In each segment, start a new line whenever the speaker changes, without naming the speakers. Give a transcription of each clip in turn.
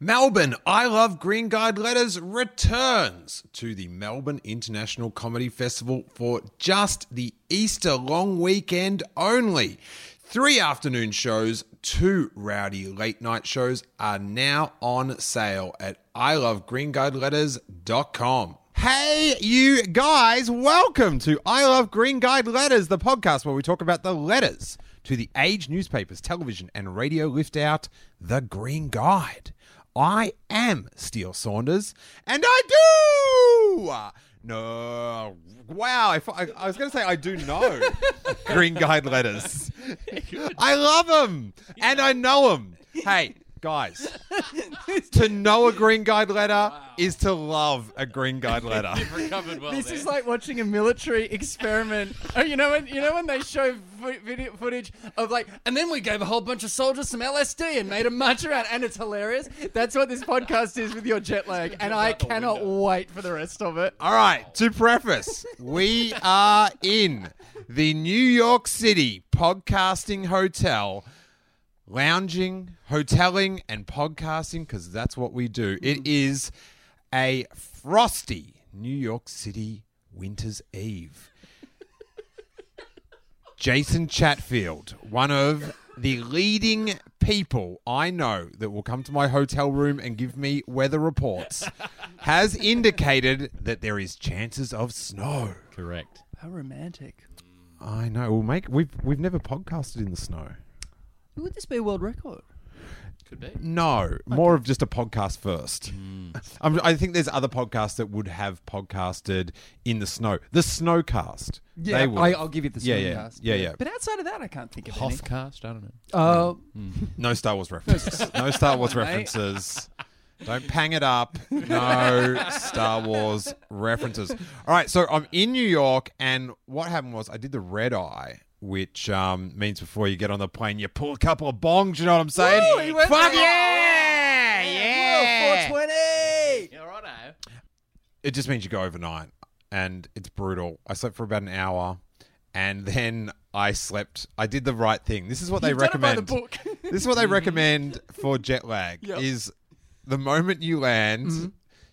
Melbourne, I Love Green Guide Letters returns to the Melbourne International Comedy Festival for just the Easter long weekend only. Three afternoon shows, two rowdy late night shows are now on sale at ilovegreenguideletters.com. Hey, you guys, welcome to I Love Green Guide Letters, the podcast where we talk about the letters to the age newspapers, television, and radio lift out The Green Guide. I am Steele Saunders, and I do! No. Wow. If I, I was going to say I do know Green Guide letters. I love them, and I know them. Hey, guys, to know a Green Guide letter is to love a Green Guide letter.
Recovered well
This
Oh,
there.
is like watching a military experiment. Oh, you know when you know when they show fu- video footage of like, and then we gave a whole bunch of soldiers some LSD and made a march around, and it's hilarious. That's what this podcast is with your jet lag, and I cannot wait for the rest of it.
All right, to preface, we are in the New York City podcasting hotel, lounging, hoteling, and podcasting because that's what we do. It is a frosty New York City winter's eve. Jason Chatfield, one of the leading people I know that will come to my hotel room and give me weather reports, has indicated that there is chances of snow.
correct.
How romantic!
I know. We'll make we've we've never podcasted in the snow.
Would this be a world record?
Could be.
No, more of just a podcast first. I'm, I think there's other podcasts that would have podcasted in the snow. The Snowcast.
Yeah,
They would.
I, I'll give you the
Yeah,
yeah,
yeah, yeah, yeah.
But outside of that, I can't think of any.
Hoffcast, I don't know.
Hmm.
Uh,
No Star Wars references. No Star Wars
Come on, mate.
references. Don't pang it up. No Star Wars references. All right, so I'm in New York, and what happened was I did the red eye, which um, means before you get on the plane, you pull a couple of bongs. You know what I'm
Woo, he
saying?
went
Fuck
there.
yeah, yeah.
Four twenty.
Yeah, right.
It just means you go overnight, and it's brutal. I slept for about an hour, and then I slept. I did the right thing. This is what they recommend. Hmm.
Done it by the book.
This is what they recommend for jet lag:
Mm-hmm. Yep. Mm-hmm.
is the moment you land.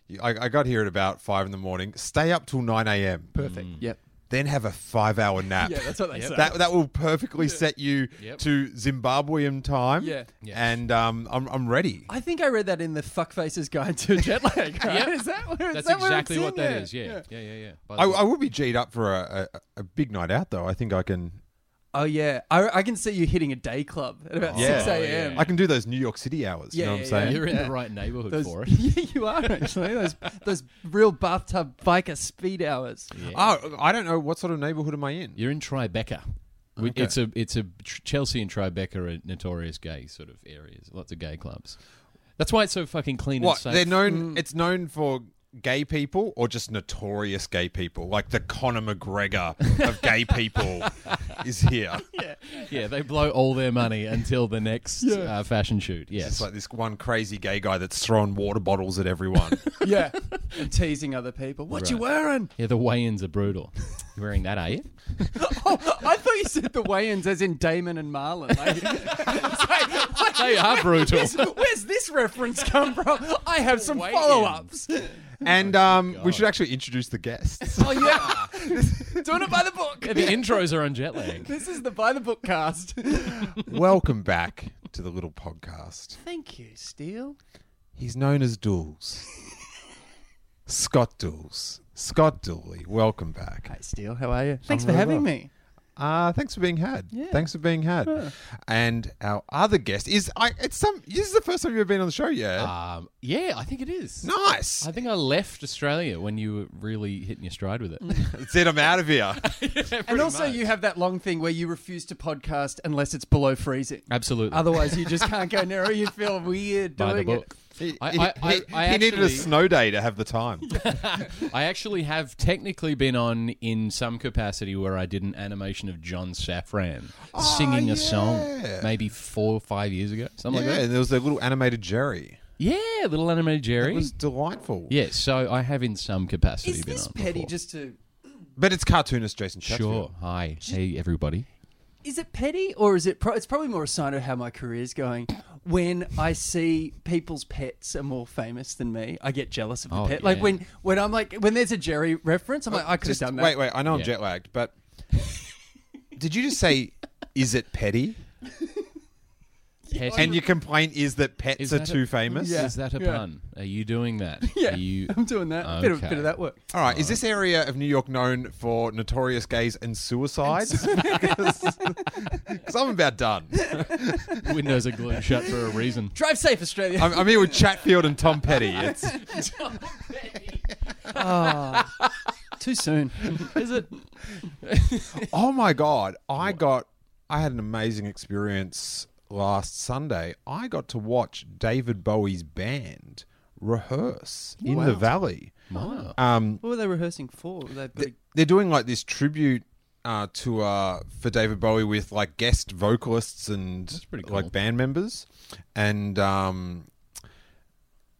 you- I, I got here at about five in the morning. Stay up till nine a.m.
Perfect.
Mm.
Yep.
Then have a five-hour nap.
Yeah, that's what they say.
That that will perfectly set you
Yep.
to Zimbabwean time.
Yeah.
Yes.
and um, I'm I'm ready.
I think I read that in the Fuckface's Guide to Jet Lag. Right?
Yep.
Is that where, is
That's
that
exactly
where
what
it's
that
in?
is. Yeah, Oh, yeah, yeah, yeah. By the
I,
way-
I will be G'd up for a, a, a big night out, though. I think I can
Oh yeah, I, I can see you hitting a day club at about
Oh,
six
yeah.
a.m.
I can do those New York City hours. you
Yeah,
know
yeah,
what I'm saying?
You're in
Yeah.
the right neighborhood
Those,
for it.
yeah, you are actually those those real bathtub biker speed hours.
Oh, I don't know what sort of neighborhood am I in.
You're in Tribeca. We-
Okay.
It's a it's a tr- Chelsea and Tribeca are notorious gay sort of areas. Lots of gay clubs. That's why it's so fucking clean
What
and
they're
safe.
known? It's known for gay people or just notorious gay people, like the Conor McGregor of gay people is here.
yeah, they blow all their money until the next uh, fashion shoot.
It's
Yes.
like this one crazy gay guy that's throwing water bottles at everyone.
Oh
Yeah, and teasing other people. What you
Right.
wearing?
yeah, the weigh-ins are brutal. You're wearing that, are you?
Oh, I thought you said the weigh-ins, as in Damon and Marlon. Like, it's like, what-
They are brutal.
where's, where's this reference come from? I have some
Weigh-ins.
follow-ups.
and um, we
God.
should actually introduce the guests.
Oh yeah, doing it by the book.
the intros are on jet lag.
This is the by the book cast.
Welcome back to the little podcast.
Thank you, Steele.
He's known as Dools. Scott Dools. Scott Dooley, welcome back.
Hey, Steele, how are you? Thanks
I'm
for
very
having
well.
me.
Uh, thanks for being had.
Yeah.
Thanks for being had. And our other guest is I it's some this is the first time you've ever been on the show, yeah.
Um, yeah, I think it is.
nice.
I think I left Australia when you were really hitting your stride with it.
Mm.
That's it, I'm out of here.
And also, you have that long thing where you refuse to podcast unless it's below freezing.
absolutely.
Otherwise, you just can't go near. or You feel weird
By the
doing it.
book.
he
I- I- I-
he-
I
he needed a
actually-
snow day to have the time.
I actually have technically been on in some capacity where I did an animation of John Safran
Ah,
singing a song
yeah.
maybe four or five years ago, something
yeah,
like that.
and there was a little animated Jerry.
Yeah, little animated Jerry.
It was delightful.
yeah, so I have in some capacity
Is
been
this
on
petty
before.
just to?
But it's cartoonist Jason Chatfield.
Sure. Hi. Hey, everybody.
Is it petty or is it? Pro- it's probably more a sign of how my career's going. when I see people's pets are more famous than me, I get jealous of the
Oh,
pet. Like
yeah.
when when I'm like when there's a Jerry reference, I'm like I could have
Just-
done that.
Wait, wait. I know I'm
Yeah.
jet lagged, but did you just say, "Is it petty?"
Petty.
And your complaint is that pets
Is
are
that a-
too famous.
Yeah.
Is that a
yeah.
pun? Are you doing that?
Yeah,
Are you
I'm doing that. Bit of
Okay.
bit of that work.
All right. Is this area of New York known for notorious gays and suicides? Because I'm about done.
windows are glued shut for a reason.
Drive safe, Australia.
I'm, I'm here with Chatfield and Tom Petty. It's
Too soon. Is it?
oh my god! I got. I had an amazing experience last Sunday. I got to watch David Bowie's band rehearse in the Valley.
Wow.
Um,
What were they rehearsing for? Were they
th- they're doing like this tribute uh, to uh, for David Bowie with like guest vocalists and
pretty cool.
like band members, and um,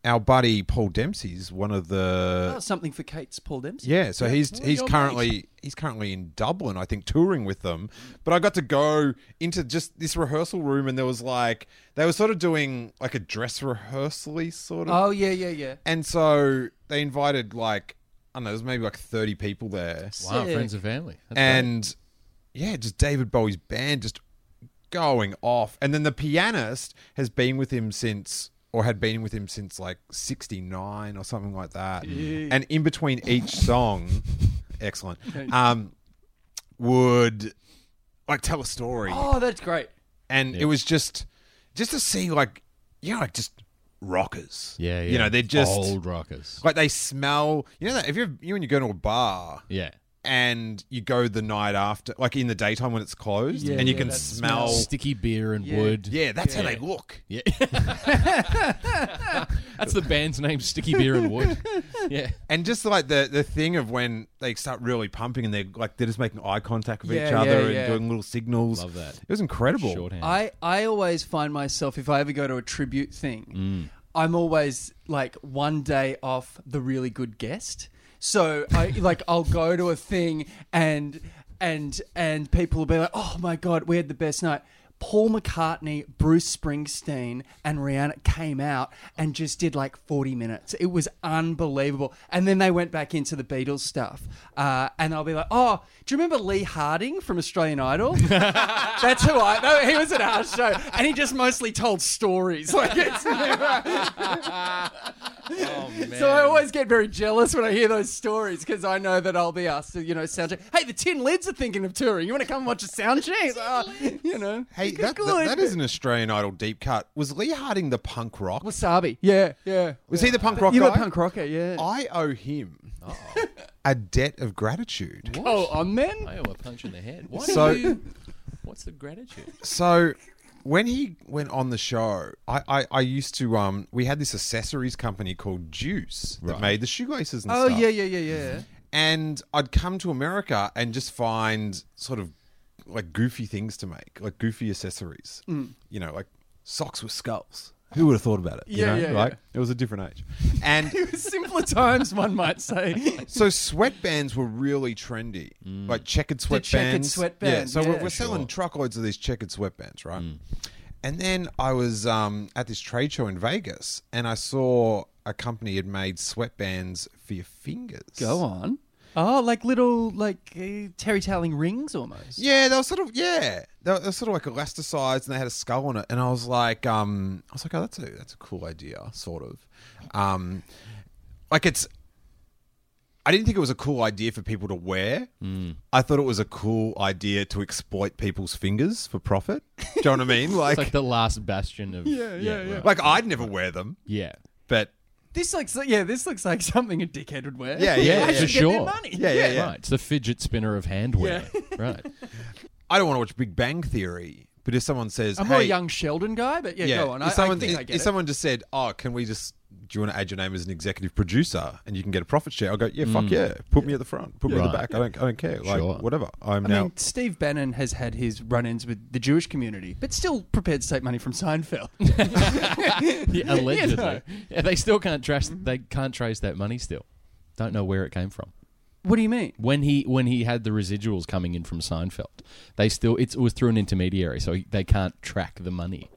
our buddy Paul Dempsey's one of the
oh, something for Kate's Paul Dempsey.
yeah. So he's
Well,
he's
you're
currently he's currently in Dublin, I think, touring with them. But I got to go into just this rehearsal room, and there was like they were sort of doing like a dress rehearsal sort of
Oh yeah, yeah, yeah.
and so they invited like I don't know, there's maybe like thirty people there,
Wow,
Sick.
friends and family. That's
and yeah, just David Bowie's band just going off, and then the pianist has been with him since. Or had been with him since like '69 or something like that, and in between each song, excellent, um, would like tell a story
Oh, that's great.
and it was just just to see like you know like just rockers
great. yeah, yeah.
you know they're just
old rockers.
like they smell you know that if you're you and you go to a bar
Yeah.
and you go the night after like in the daytime when it's closed
Yeah,
and you
yeah,
can
that
smell
Sticky beer and
Yeah.
wood.
yeah that's how
Yeah.
they look
Yeah. That's the band's name, Sticky Beer and Wood. Yeah.
and just like the the thing of when they start really pumping and they're like they're just making eye contact with
Yeah,
each
yeah,
other and
yeah.
doing little signals
Love that.
it was incredible
Shorthand.
I, I always find myself if I ever go to a tribute thing, I'm always like one day off the really good guest. So I like I'll go to a thing and and and people will be like, "Oh my god, we had the best night." Paul McCartney, Bruce Springsteen, and Rihanna came out and just did like 40 minutes. It was unbelievable. And then they went back into the Beatles stuff. Uh, and I'll be like, oh, do you remember Lee Harding from Australian Idol? That's who I. No, he was at our show, and he just mostly told stories. Like it's never. So I always get very jealous when I hear those stories because I know that I'll be asked to, you know, sound check. Hey, the Tin Lids are thinking of touring. You want to come and watch a sound check? It's like, oh, you know,
hey
good,
that, that-
good.
that is an australian idol deep cut was lee harding the punk rock was,
wasabi. Yeah, yeah.
he the punk rock Oh,
You were
guy
punk rocker, yeah.
I owe him a debt of gratitude.
oh, on men.
I owe a punch in the head. Why
So-
do you, what's the gratitude?
So when he went on the show, I, I, I used to um we had this accessories company called Juice that made the shoelaces and
Oh
stuff.
yeah, yeah, yeah, yeah.
And I'd come to America and just find sort of like goofy things to make, like goofy accessories. You know, like socks with skulls. Mm. Who would have thought about it? you
Yeah,
know,
yeah,
like
yeah.
it was a different age. And
Simpler times, one might say.
So sweatbands were really trendy, like checkered sweatbands.
checkered
Yeah.
sweatband,
So we're,
yeah.
we're selling truckloads of these checkered sweatbands, right? And then I was um, at this trade show in Vegas, and I saw a company had made sweatbands for your fingers.
Go on. Oh, like little like uh, terry toweling rings almost.
Yeah, they were sort of yeah, they were, they were sort of like elasticized, and they had a skull on it. And I was like, um, I was like, oh, that's a that's a cool idea, sort of. Um, like it's, I didn't think it was a cool idea for people to wear. I thought it was a cool idea to exploit people's fingers for profit. Do you know what I mean? Like,
It's like
like,
the last bastion of. Yeah, yeah, yeah.
I'd never wear them,
yeah.
but
This looks like, yeah, this looks like something a dickhead would wear.
Yeah, yeah,
I
yeah.
For
should get their
sure.
money.
yeah, yeah, yeah.
Right. It's the fidget spinner of handwear. Right.
I don't want to watch Big Bang Theory. But if someone says,
I'm
"Hey,
more a young Sheldon guy, but yeah, go on. I,
If someone,
I think
if,
I get
if
it.
someone just said, "Oh, can we just do you want to add your name as an executive producer and you can get a profit share?" I'll go, "Yeah,
Mm.
fuck yeah, put me at the front, put me at the
Right.
back. I don't, I don't care. Like
Sure.
whatever. I'm
I
now."
mean, Steve Bannon has had his run-ins with the Jewish community, but still prepared to take money from Seinfeld.
Yeah, allegedly.
know.
Yeah, they still can't trace. They can't trace that money. Still, don't know where it came from.
what do you mean?
When he when he had the residuals coming in from Seinfeld, they still it's, it was through an intermediary, so he- they can't track the money.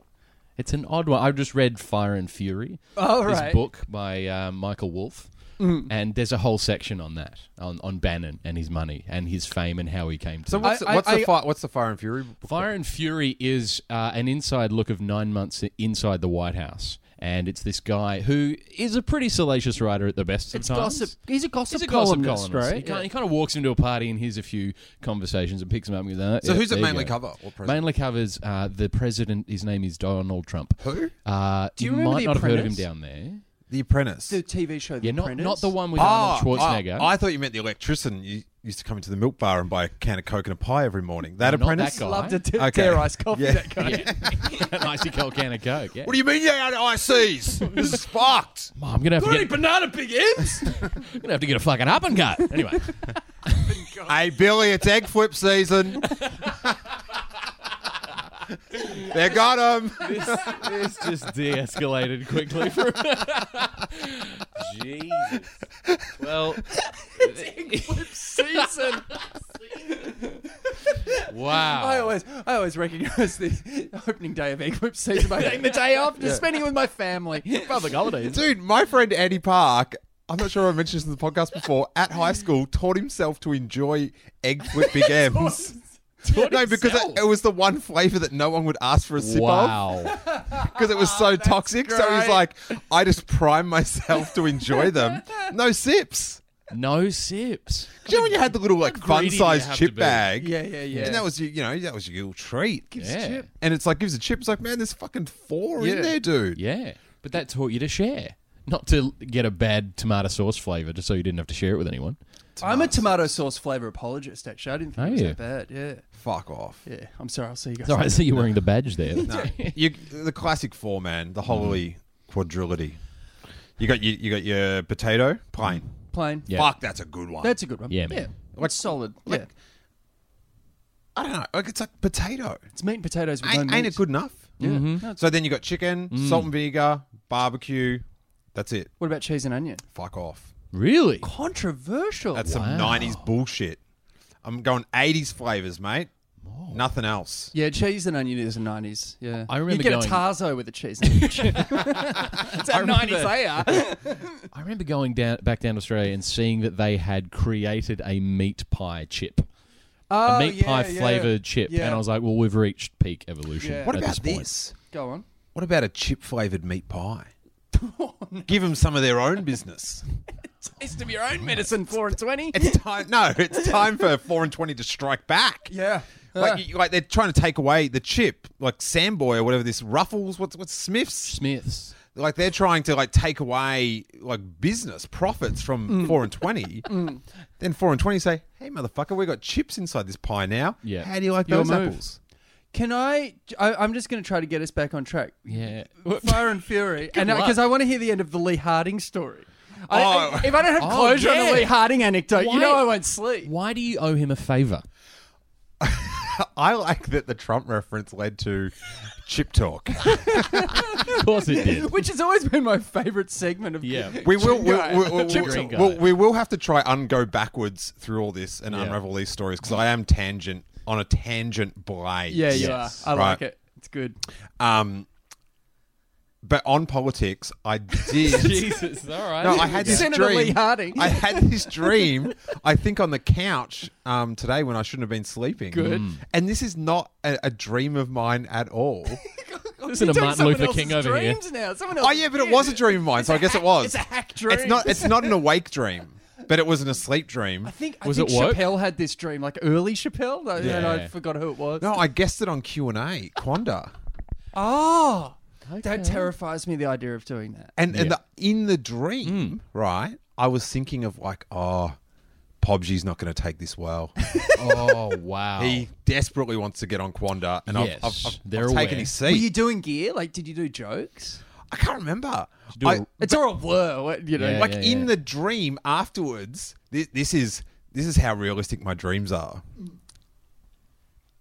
It's an odd one. I've just read Fire and Fury,
Oh, All
this
right. Mm-hmm.
book by uh, Michael Wolff, and there's a whole section on that, on, on Bannon and his money and his fame and how he came to.
So what's,
I-
what's
I-
the fire? What's the Fire and Fury? book?
Fire and Fury is uh, an inside look of nine months i- inside the White House, and it's this guy who is a pretty salacious writer at the best of
It's
times.
gossip. He's a gossip
He's a gossip
columnist,
columnist. He,
right?
kind, he kind of walks into a party and hears a few conversations and picks them up. And goes, "Ah,
So
yeah,
who's it
there you
mainly
go."
cover? What president?
Mainly covers uh, the president. His name is Donald Trump.
Who?
Uh,
Do you
you
remember
might
The
not have heard of him
Apprentice?
down there.
The Apprentice.
The TV show The
Yeah, not,
Apprentice.
not the one with
Ah,
Arnold Schwarzenegger.
I, I thought you meant the electrician. You used to come into the milk bar and buy a can of Coke and a pie every morning. That
No, not
Apprentice.
that guy.
Loved a t-
Okay.
tear ice coffee.
Yeah.
That guy.
yeah. an icy cold can of Coke. Yeah.
What do you mean you out of ICs? this is fucked.
Mom, I'm gonna have to
Bloody
get,
banana pig ends.
I'm gonna have to get a fucking up and gut. Anyway.
Hey Billy, it's egg flip season. they got him.
This just de-escalated quickly. For Jesus. Well,
season.
wow.
I always, I always recognise the opening day of Egg Whip season by taking the day off, just spending it with my family.
public holidays.
Dude, my friend Andy Park, I'm not sure I mentioned this in the podcast before, at high school taught himself to enjoy egg flip big M's. No, because it, it was the one flavour that no one would ask for a sip of
Wow.
because it was so toxic. So he was
great.
like, I just prime myself to enjoy them. No sips.
No sips.
Do you know when you had the little like fun
greedy do you
sized
have to
chip
be?
bag?
Yeah, yeah, yeah.
And that was your, you know, that was your little treat.
yeah.
And it's like gives a chip. It's like, man, there's fucking four in
Yeah.
there, dude.
Yeah. But that taught you to share. Not to get a bad tomato sauce flavour just so you didn't have to share it with anyone.
I'm a tomato sauce flavour apologist, actually. I didn't think
Are
it was
you?
that bad. Yeah.
Fuck off.
Yeah. I'm sorry. I'll see you guys.
It's all right. I see you wearing the badge there.
No, you, the classic four man, the
Mm.
holy quadrility. You got your, you got your potato plain.
Plain.
Yeah.
Fuck, that's a good one.
That's a good one.
Yeah, man.
Like, solid. yeah.
I don't know. Like it's like potato.
It's meat and potatoes with
Ain't,
no
ain't
meat.
it good enough?
Yeah. No, it's-
So then you got chicken,
Mm.
salt and vinegar, barbecue. That's it.
What about cheese and onion?
Fuck off.
Really?
Controversial.
That's
Wow.
some nineties bullshit. I'm going eighties flavors, mate. Nothing else.
yeah, cheese and onion is the 90s. Yeah.
I remember
You get
going-
a Tarzo with a cheese and onion. it's how 90s they are.
I remember going down back down to Australia and seeing that they had created a meat pie chip.
Oh,
a meat
yeah,
pie
yeah.
flavoured chip.
Yeah.
And I was like, well, we've reached peak evolution.
Yeah.
What
at
about
this? point.
this?
Go on.
What about a chip flavored meat pie? Give them some of their own business.
Taste of your own medicine, 4 and 20.
It's time. No, it's time for four and twenty to strike back.
Yeah.
Like, you- like they're trying to take away the chip, like Samboy or whatever this Ruffles, what's what's Smiths?
Smiths.
Like they're trying to like take away like business profits from
Mm.
four and twenty. Then four and twenty say, "Hey, motherfucker, we got chips inside this pie now.
Yeah.
how do you like
Your
those
move.
apples?
Can I, I? I'm just going to try to get us back on track.
Yeah.
Fire and Fury, and
luck.
because I want to hear the end of the Lee Harding story. I,
Oh.
I- if I don't have
Oh,
closure on
yeah.
the Lee Harding anecdote,
Why-
you know I won't sleep.
Why do you owe him a favour?
I like that the Trump reference led to chip talk.
Of course it did.
Which has always been my favourite segment of
Yeah.
We will, we,
Guy.
we, we, we,
Chip
Green
we-
guy.
we will have to try and go backwards through all this and
Yeah.
unravel these stories because I am tangent on a tangent blade.
Yeah, you
Yes.
are. I like
Right.
it. It's good.
Um, but on politics, I did.
Jesus. All right.
no, I had this
Senator
dream.
Lee Harding.
I had this dream. I think on the couch um, today when I shouldn't have been sleeping.
Good.
And this is not a, a dream of mine at all.
Listen to
You're doing
Martin
someone
Luther King
else's
over here.
dreams Now. Someone
oh
else's
yeah, but it was a dream of mine, so I guess it was.
It's a hack dream.
It's not. It's not an awake dream, but it wasn't a sleep dream.
I think, I
Was
think
it woke?
Chappelle had this dream, like early Chappelle, and
Yeah.
I forgot who it was.
No, I guessed it on Q and A, Quanda,
Oh, that terrifies me. The idea of doing that.
and and
Yeah. Hmm.
the, in the dream, right? I was thinking of like, oh, Pobji's not going to take this well.
Oh wow.
he desperately wants to get on Quanda, and
Yes,
I've, I've, I've,
they're
I've taken
aware.
his
Were
seat.
you doing gear? Like, did you do jokes?
I can't remember.
do
I-
a-
It's all a blur. What, you know,
Yeah,
like
yeah,
in
yeah.
the dream afterwards. This, this is this is how realistic my dreams are.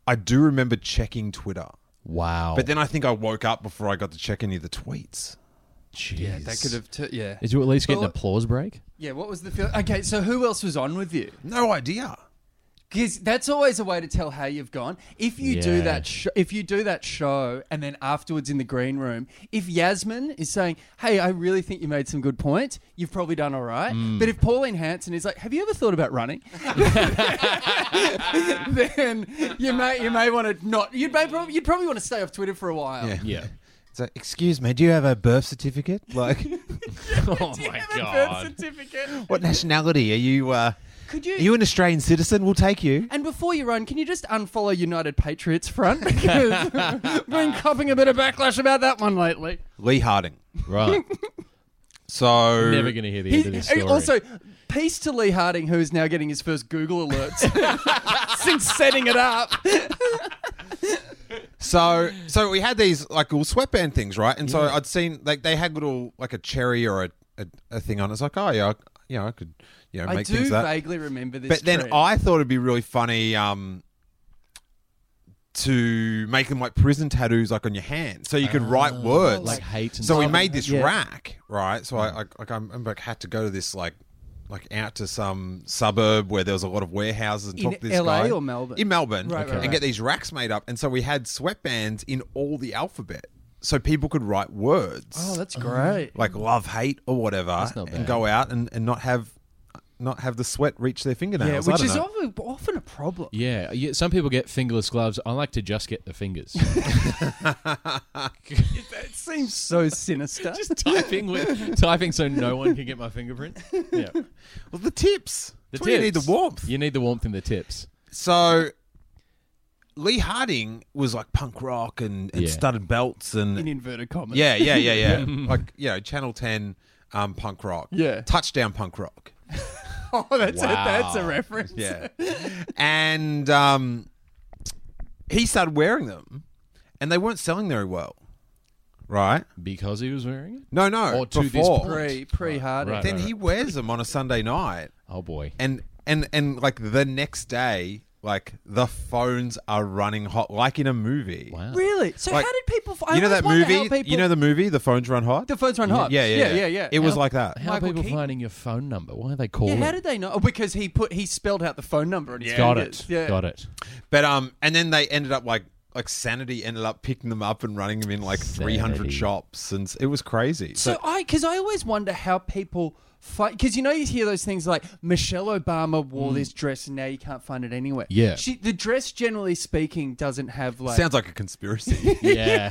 I do remember checking Twitter,
wow.
but then I think I woke up before I got to check any of the tweets.
Jeez.
yeah, that could have. T- yeah,
Did you at least get an
Well,
applause break?
yeah. What was the feel? Okay, so who else was on with you?
No idea.
Because that's always a way to tell how you've gone. If you do
Yeah.
that, sh- if you do that show, and then afterwards in the green room, if Yasmin is saying, "Hey, I really think you made some good points," you've probably done all right.
Mm.
But if Pauline Hanson is like, "Have you ever thought about running?" then you may you may want to not. You may probably you'd probably want to stay off Twitter for a while.
Yeah.
It's like, excuse me, do you have a birth certificate? Like,
Oh
Do you
my
have a
god.
birth certificate?
what nationality are you? Uh,
Could you?
are you an Australian citizen? We'll take you.
and before you run, can you just unfollow United Patriots front? Because we've been copping a bit of backlash about that one lately.
Lee Harding.
Right.
So
Never going to hear the end
He-
of this story.
also, peace to Lee Harding, who is now getting his first Google alerts since setting it up.
So so we had these like little sweatband things, right? And so I'd seen like they had little like a cherry or a, a, a thing on. it. It's like oh yeah, I, you know I could you know make
I do
things that.
vaguely remember this.
but then
trend.
I thought it'd be really funny um, to make them like prison tattoos like on your hand, so you could write words
like hate and
So we
stuff.
made this
Yeah. Mm.
rack, right? So I, I like I remember I had to go to this like like out to some suburb where there was a lot of warehouses and
In
talk to this
LA
guy
or Melbourne?
in Melbourne
Right, right,
and
right.
get these racks made up. And so we had sweatbands in all the alphabet, so people could write words
Oh, that's great.
like love, hate, or whatever,
not
and
bad.
go out and, and not have not have the sweat reach their
yeah,
fingernails. I
which
don't
is
know.
often, often a problem.
Yeah, yeah, some people get fingerless gloves. I like to just get the fingers.
It seems so sinister.
just typing with typing so no one can get my fingerprint. Yeah.
well the tips.
The
That's where you need
tips.
the warmth.
You need the warmth in the tips.
So Lee Harding was like punk rock and, and
Yeah.
studded belts and
in inverted commas.
Yeah, yeah, yeah, yeah. like you know, Channel Ten um, punk rock.
Yeah.
touchdown punk rock.
Oh, that's
Wow.
a, that's a reference.
Yeah, and um, he started wearing them, and they weren't selling very well, right?
Because he was wearing it?
No, no.
Or to this
before.
point.
Pre pre Harding.
Right.
then he wears them on a Sunday night,
Oh boy.
and and and like the next day, like the phones are running hot, like in a movie.
Wow.
Really? So
Uh, Like,
how did people? f- I
You know
always
that
wonder how
movie?
People,
You know the movie, The Phones Run Hot? Mm-hmm.
the phones run hot.
yeah, yeah,
yeah, yeah. yeah.
It was
How-
like that.
How
Michael
are people
Keaton.
finding your phone number? Why are they calling?
Yeah, how did they know? Oh, because he put he spelled out the phone number and
Got it.
Yeah.
Got it.
But um, and then they ended up like like Sanity ended up picking them up and running them in like three
Sanity.
hundred shops, and s- it was crazy.
So
So,
I, because I always wonder how people fight. Because you know you hear those things like Michelle Obama wore
Mm.
this dress and now you can't find it anywhere.
Yeah.
she, the dress generally speaking doesn't have like.
sounds like a conspiracy.
Yeah.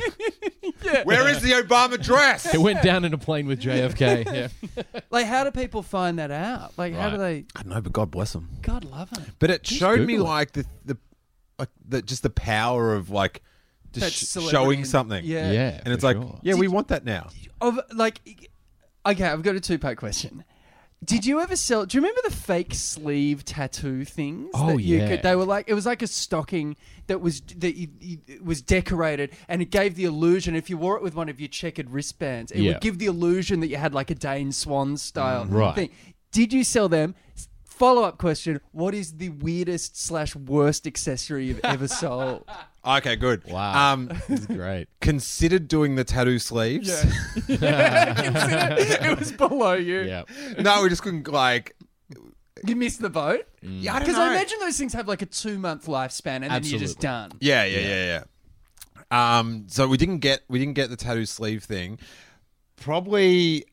Where is the Obama dress?
it went down in a plane with JFK. Yeah.
like how do people find that out? Like how do they?
I don't know, but God bless them.
God love them.
But it showed me
Google it.
like the the like the just the power of like
That
just sh-
celebrity
showing
and-
something.
yeah.
Yeah.
and it's
for
like
sure.
yeah, we want that now.
of like okay i've got a two-part question did you ever sell do you remember the fake sleeve tattoo things
Oh,
you
yeah.
they were like it was like a stocking that was that you, you, it was decorated and it gave the illusion if you wore it with one of your checkered wristbands it
Yeah. Mm,
would give the illusion that you had like a dane swan style
Right.
thing did you sell them follow-up question what is the weirdest slash worst accessory you've ever sold
Okay, good.
Wow.
Um,
It's great.
considered doing the tattoo sleeves.
it was below you
Yeah.
no, we just couldn't like.
you missed the boat
Mm.
Yeah, I don't
Because I
know.
imagine those things have like a two month lifespan and then you're just
Absolutely.
done.
Yeah, yeah, yeah, yeah. Um, so we didn't get we didn't get the tattoo sleeve thing. Probably,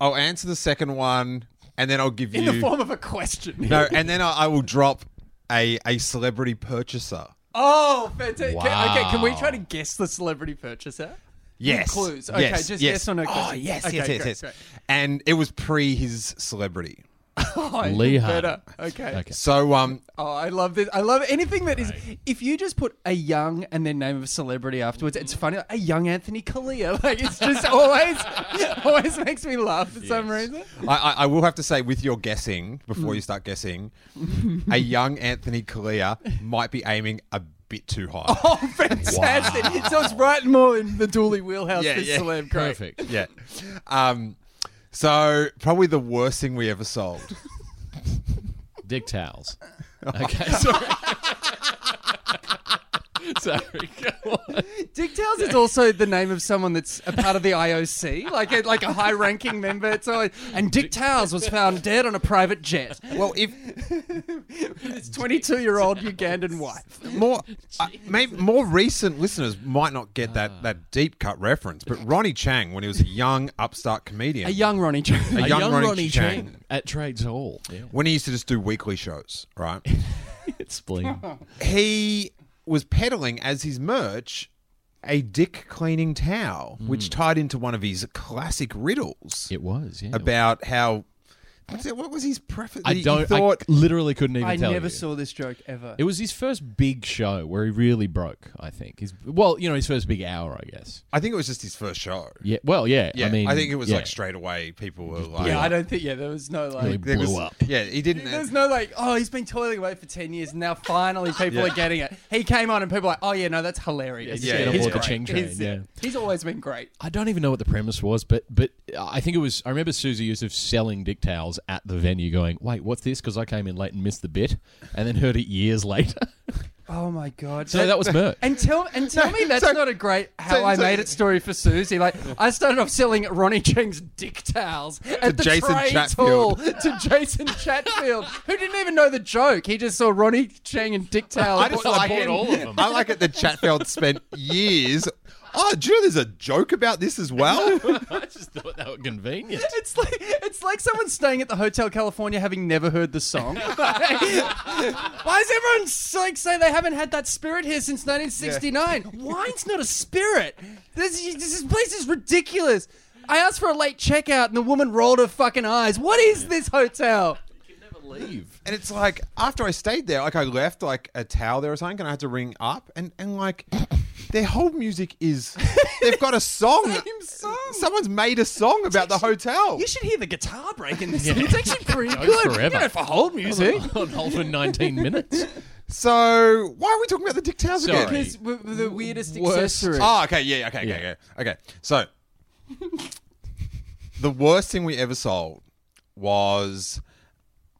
I'll answer the second one, and then I'll give
In
you
the form of a question.
no, and then I, I will drop a a celebrity purchaser.
Oh, fantastic.
Wow.
Okay, can we try to guess the celebrity purchaser?
Yes,
clues. Okay,
yes,
just
yes.
yes or
Oh,
no question.
yes,
Okay,
yes, yes,
great,
yes.
great.
And it was pre his celebrity.
Oh, even
Lee
better.
Harding.
Okay.
Okay.
So um,
Oh, I love this. I love anything that is. If you just put a young and then name of a celebrity afterwards, it's funny. Like, a young Anthony Kalia. Like it's just always, always makes me laugh for some reason.
I, I, I will have to say, with your guessing, before you start guessing, a young Anthony Kalia might be aiming a bit too high.
Oh, fantastic! So it's right more in the Dooley wheelhouse.
Yeah,
this
yeah.
celeb, great.
Perfect.
yeah. Um, so probably the worst thing we ever sold.
Dick towels. Okay. Sorry. Sorry, go on.
Dicktails is also the name of someone that's a part of the IOC, like a, like a high-ranking member. It's always, and Dick Towles was found dead on a private jet.
Well, if
His 22-year-old Ugandan wife.
more uh, maybe more recent listeners might not get
Ah.
that, that deep cut reference, but Ronnie Chang, when he was a young upstart comedian,
A young Ronnie Jones.
A young Ronnie Chang.
at Trades Hall. Yeah.
when he used to just do weekly shows, right?
Spleen.
he was peddling as his merch a dick cleaning towel,
Hmm.
which tied into one of his classic riddles
It was, yeah.
about how. what's it- what was his preference?
I
he
don't.
thought.
I literally couldn't even
I
tell
never
you.
saw this joke ever.
It was his first big show where he really broke. I think. His well, you know, his first big hour, I guess.
I think it was just his first show.
Yeah. Well, yeah.
Yeah,
I mean,
think it was
yeah.
like straight away people were like,
yeah, I don't think. Yeah, there was no like.
Really
there
blew
was-
up.
Yeah, he didn't.
There's no like, oh, he's been toiling away for 10 years, and now finally people
Yeah.
are getting it. He came on, and people are like, oh, yeah, no, that's hilarious.
he's
Yeah,
getting
he's
aboard the
great.
Ching Train.
He's-
yeah.
He's always been great.
I don't even know what the premise was, but but I think it was. I remember Susie Yusuf selling dick towels at the venue, going, "Wait, what's this?" Because I came in late and missed the bit, and then heard it years later.
Oh, my God.
so that was Mert.
And tell and tell me that's
so-
not a great how
so-
I
so-
made it story for Susie. Like I started off selling Ronnie Chang's dick towels at the
Jason
trades hall
Chatfield.
to Jason Chatfield, who didn't even know the joke. He just saw Ronnie Chang and dick towels.
I just
I
like
bought
it.
all of them.
I like it that Chatfield spent years. Oh, do you know there's a joke about this as well?
I just thought that were convenient.
it's like it's like someone staying at the Hotel California having never heard the song. Why does everyone s- like say they haven't had that spirit here since 1969? Wine's not a spirit. This, this place is ridiculous. I asked for a late checkout and the woman rolled her fucking eyes. What is this hotel?
Leave.
And it's like after I stayed there, like I left like a towel there or something, and I had to ring up, and and like their whole music is they've got a song.
Same song.
Someone's made a song about the hotel.
Oh. You should hear the guitar break in this. song. It's actually pretty
Goes
good.
forever.
You know, for hold music.
on hold for 19 minutes.
So why are we talking about the Dick Towers
Sorry.
again?
Because w- w- the weirdest
Worst.
accessory.
Oh, okay, yeah, yeah, okay,
Yeah.
okay, okay, okay. So the worst thing we ever sold was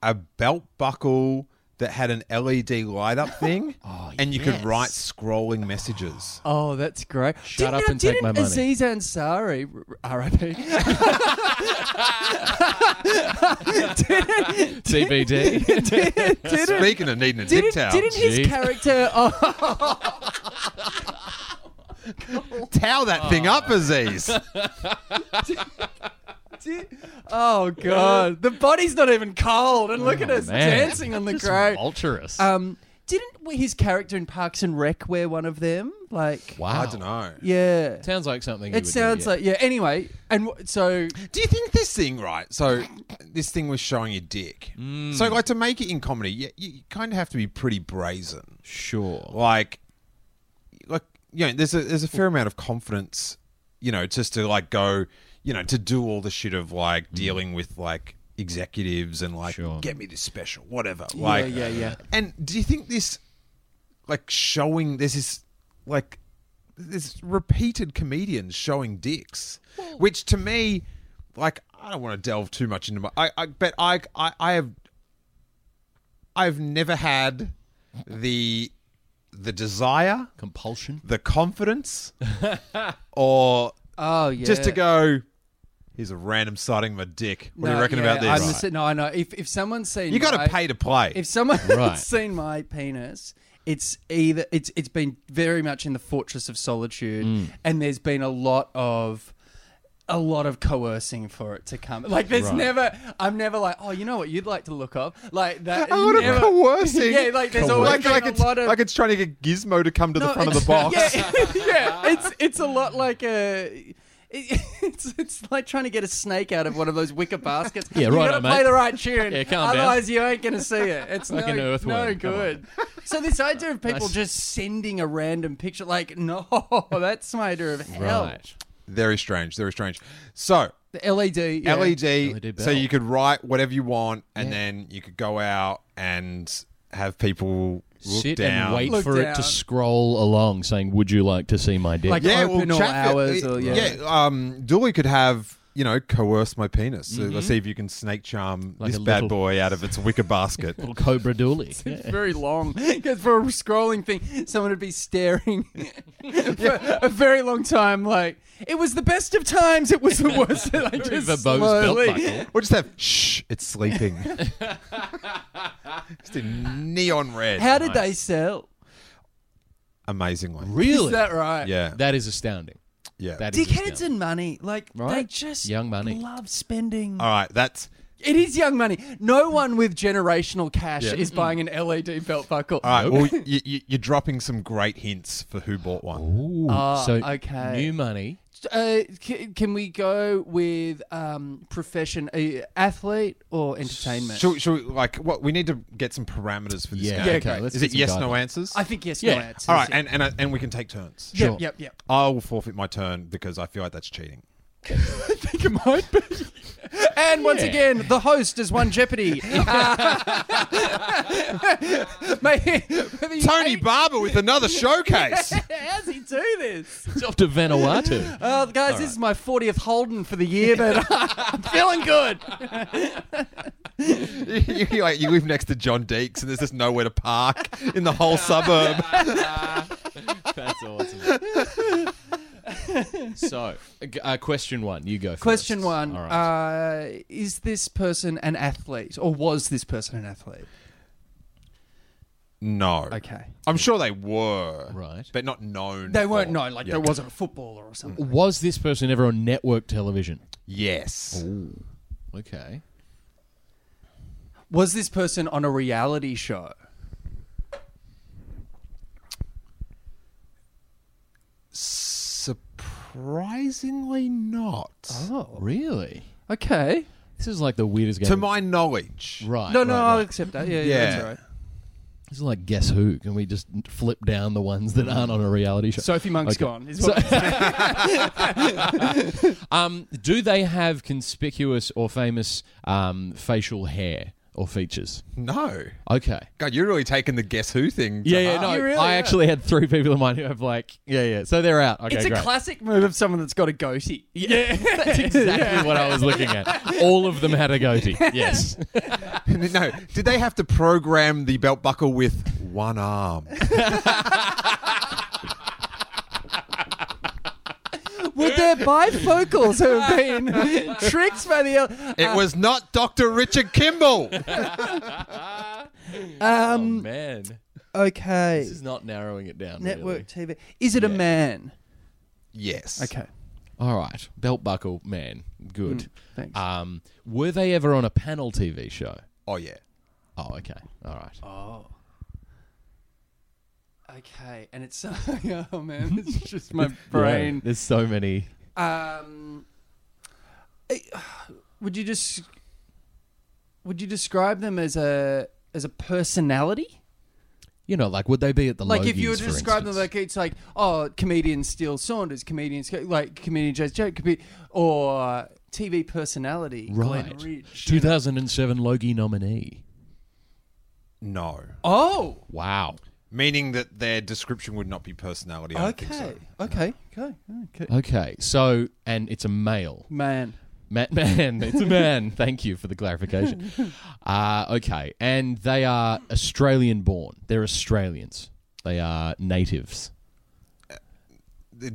a belt buckle that had an LED light up thing, and you could write scrolling messages.
Oh, that's great.
Shut
didn't, uh,
up and take
didn't
my money.
Aziz Ansari, r- RIP. didn't,
CBD.
didn't, didn't,
Speaking of needing a dick
didn't,
towel,
didn't his
Jeez.
character. Oh,
towel that thing up, Aziz.
did- oh, God. The body's not even cold. And
Oh,
look at us dancing on the
Oh, Just
grave.
Vulturous.
Um, didn't w- his character in Parks and Rec wear one of them? Like,
wow.
I don't know.
yeah.
Sounds like something.
It sounds like, yeah. Anyway, and w- so
Do you think this thing, right? So, this thing was showing your dick. So, like, to make it in comedy, you, you kind of have to be pretty brazen.
Sure.
Like, like you know, there's a there's a fair amount of confidence, you know, just to like go, you know, to do all the shit of like dealing with like executives and like
Mm. Sure.
get me this special, whatever. Like,
yeah, yeah.
And do you think this, like, showing there's this, like, there's repeated comedians showing dicks, which to me, like, I don't want to delve too much into my, I, I but I, I, I have, I've never had the, the desire,
Compulsion.
the confidence, or
Oh, yeah.
just to go, here's a random sighting of my dick. What do you reckon
yeah,
about this?
I'm the- no, I know. If if someone's seen
You got
my-
to pay to play.
If someone's
Right.
seen my penis, it's either it's it's been very much in the fortress of solitude,
Mm.
and there's been a lot of a lot of coercing for it to come. Like there's never I'm never like, oh, you know what you'd like to look up like that.
A lot
never-
of coercing.
yeah, like there's always
like,
been
like
a
it's,
lot of
like it's trying to get Gizmo to come to the
No,
front of
it's-
the box.
Yeah, yeah, it's it's a lot like a. it- It's, it's like trying to get a snake out of one of those wicker baskets.
Yeah,
you
right
gotta
on,
play
mate.
the right tune.
Yeah, calm down.
Otherwise, you ain't gonna see it. It's
Like
no,
an earthworm,
no
come
good. So this idea of people
Nice.
just sending a random picture, like, no, that's my idea of hell.
Right.
Very strange. Very strange. So
The LED, yeah.
LED,
LED
so
bell.
you could write whatever you want, and then you could go out and have people look
Sit
down.
and wait
Look
for it
down.
to scroll along, saying, "Would you like to see my dick?"
Like-
Yeah,
open
well,
all
Chatfield-
hours or- yeah.
yeah. Um, Dooley could have you know, coerce my penis. So let's see if you can snake charm
Mm-hmm. Like
this
a
bad
little-
boy out of its wicker basket.
Little Cobra Dooley.
It's very long because for a scrolling thing, someone would be staring for a very long time. Like it was the best of times. It was the worst. like
Very
just
verbose belt
slowly.
buckle.
We'll just have shh, it's sleeping. just in neon red.
How did they sell?
Amazingly.
Really?
Is that right?
Yeah.
That is astounding.
yeah.
That is
Dickheads
astounding.
and money, like they
Right.
just
Young money.
love spending.
All right, that's
It is young money. No one with generational cash
Yeah.
is buying an LED belt buckle.
all right. Well, you, you, you're dropping some great hints for who bought one.
Ooh,
Ah,
so
okay.
new money.
Uh, c- can we go with um, profession, uh, athlete, or entertainment?
Should, should we, like what we need to get some parameters for this
Yeah,
game?
Yeah,
okay.
great.
Let's
Is
get
it
some
yes,
guidelines.
no answers?
I think yes,
Yeah.
no answers.
all right,
yeah.
and and, I, and we can take turns.
yep,
Sure.
yep, yep.
I will forfeit my turn because I feel like that's cheating.
I think it might be. And once
Yeah.
again, the host has won Jeopardy.
Tony
Tony,
Barber with another showcase.
how's he do this?
It's off to Vanuatu.
Oh, guys, this is my 40th Holden for the year, but uh, I'm feeling good.
you, you, like, you live next to John Deeks, and there's just nowhere to park in the whole suburb.
That's awesome. so, uh, question one. You go first.
Question one:
All right.
uh, Is this person an athlete, or was this person an athlete?
No.
Okay,
I'm sure they were.
Right.
But not known.
they weren't
for-
known. Like
Yeah.
there wasn't a footballer or something.
Was this person ever on network television?
Yes.
Okay.
Was this person on a reality show?
Surprisingly not.
Oh,
Really?
okay.
This is like the weirdest game.
To my knowledge.
right.
No,
right,
no,
right.
I'll accept that. Yeah, yeah,
Yeah.
that's all right.
This is like Guess Who? Can we just flip down the ones that aren't on a reality show?
Sophie Monk's
Okay.
gone. Is what
um, do they have conspicuous or famous um, facial hair or features?
No.
Okay.
God, you're really taking the guess who thing. to
Yeah, yeah,
heart.
no.
You really
I
are.
actually had three people in mind who have like, yeah, yeah. So they're out. Okay,
it's a
great.
classic move of someone that's got a goatee. Yeah, that's
exactly what I was looking at. All of them had a goatee. Yes.
Um,
no. Did they have to program the belt buckle with one arm?
Would their bifocals have been tricks by the
It was not Dr. Richard Kimball.
Um.
Oh, man,
Okay.
this is not narrowing it down.
Network
Really.
TV. Is it a
Yeah.
man?
yes.
Okay.
All right, belt buckle man, good.
Thanks.
Uh,
Um, were they ever on a panel TV show?
Oh yeah.
Oh, okay. All right.
oh. Okay, and it's oh man, it's just my brain.
there's so many.
Um, I- would you just would you describe them as a as a personality?
You know, like would they be at the
Like if you were
would
to describe them like it's like oh comedian Steele Saunders, comedian Sc- like comedian Jay Joke, comedian, or TV personality Glenn
right,
Ridge.
2007 Logie nominee.
No.
Oh,
Wow.
Meaning that their description would not be personality. I
okay,
Don't think so.
okay, okay, okay.
Okay, so and it's a male.
Man,
Ma- man, it's a man. Thank you for the clarification. Uh, okay, and they are Australian born. They're Australians. They are natives.
The-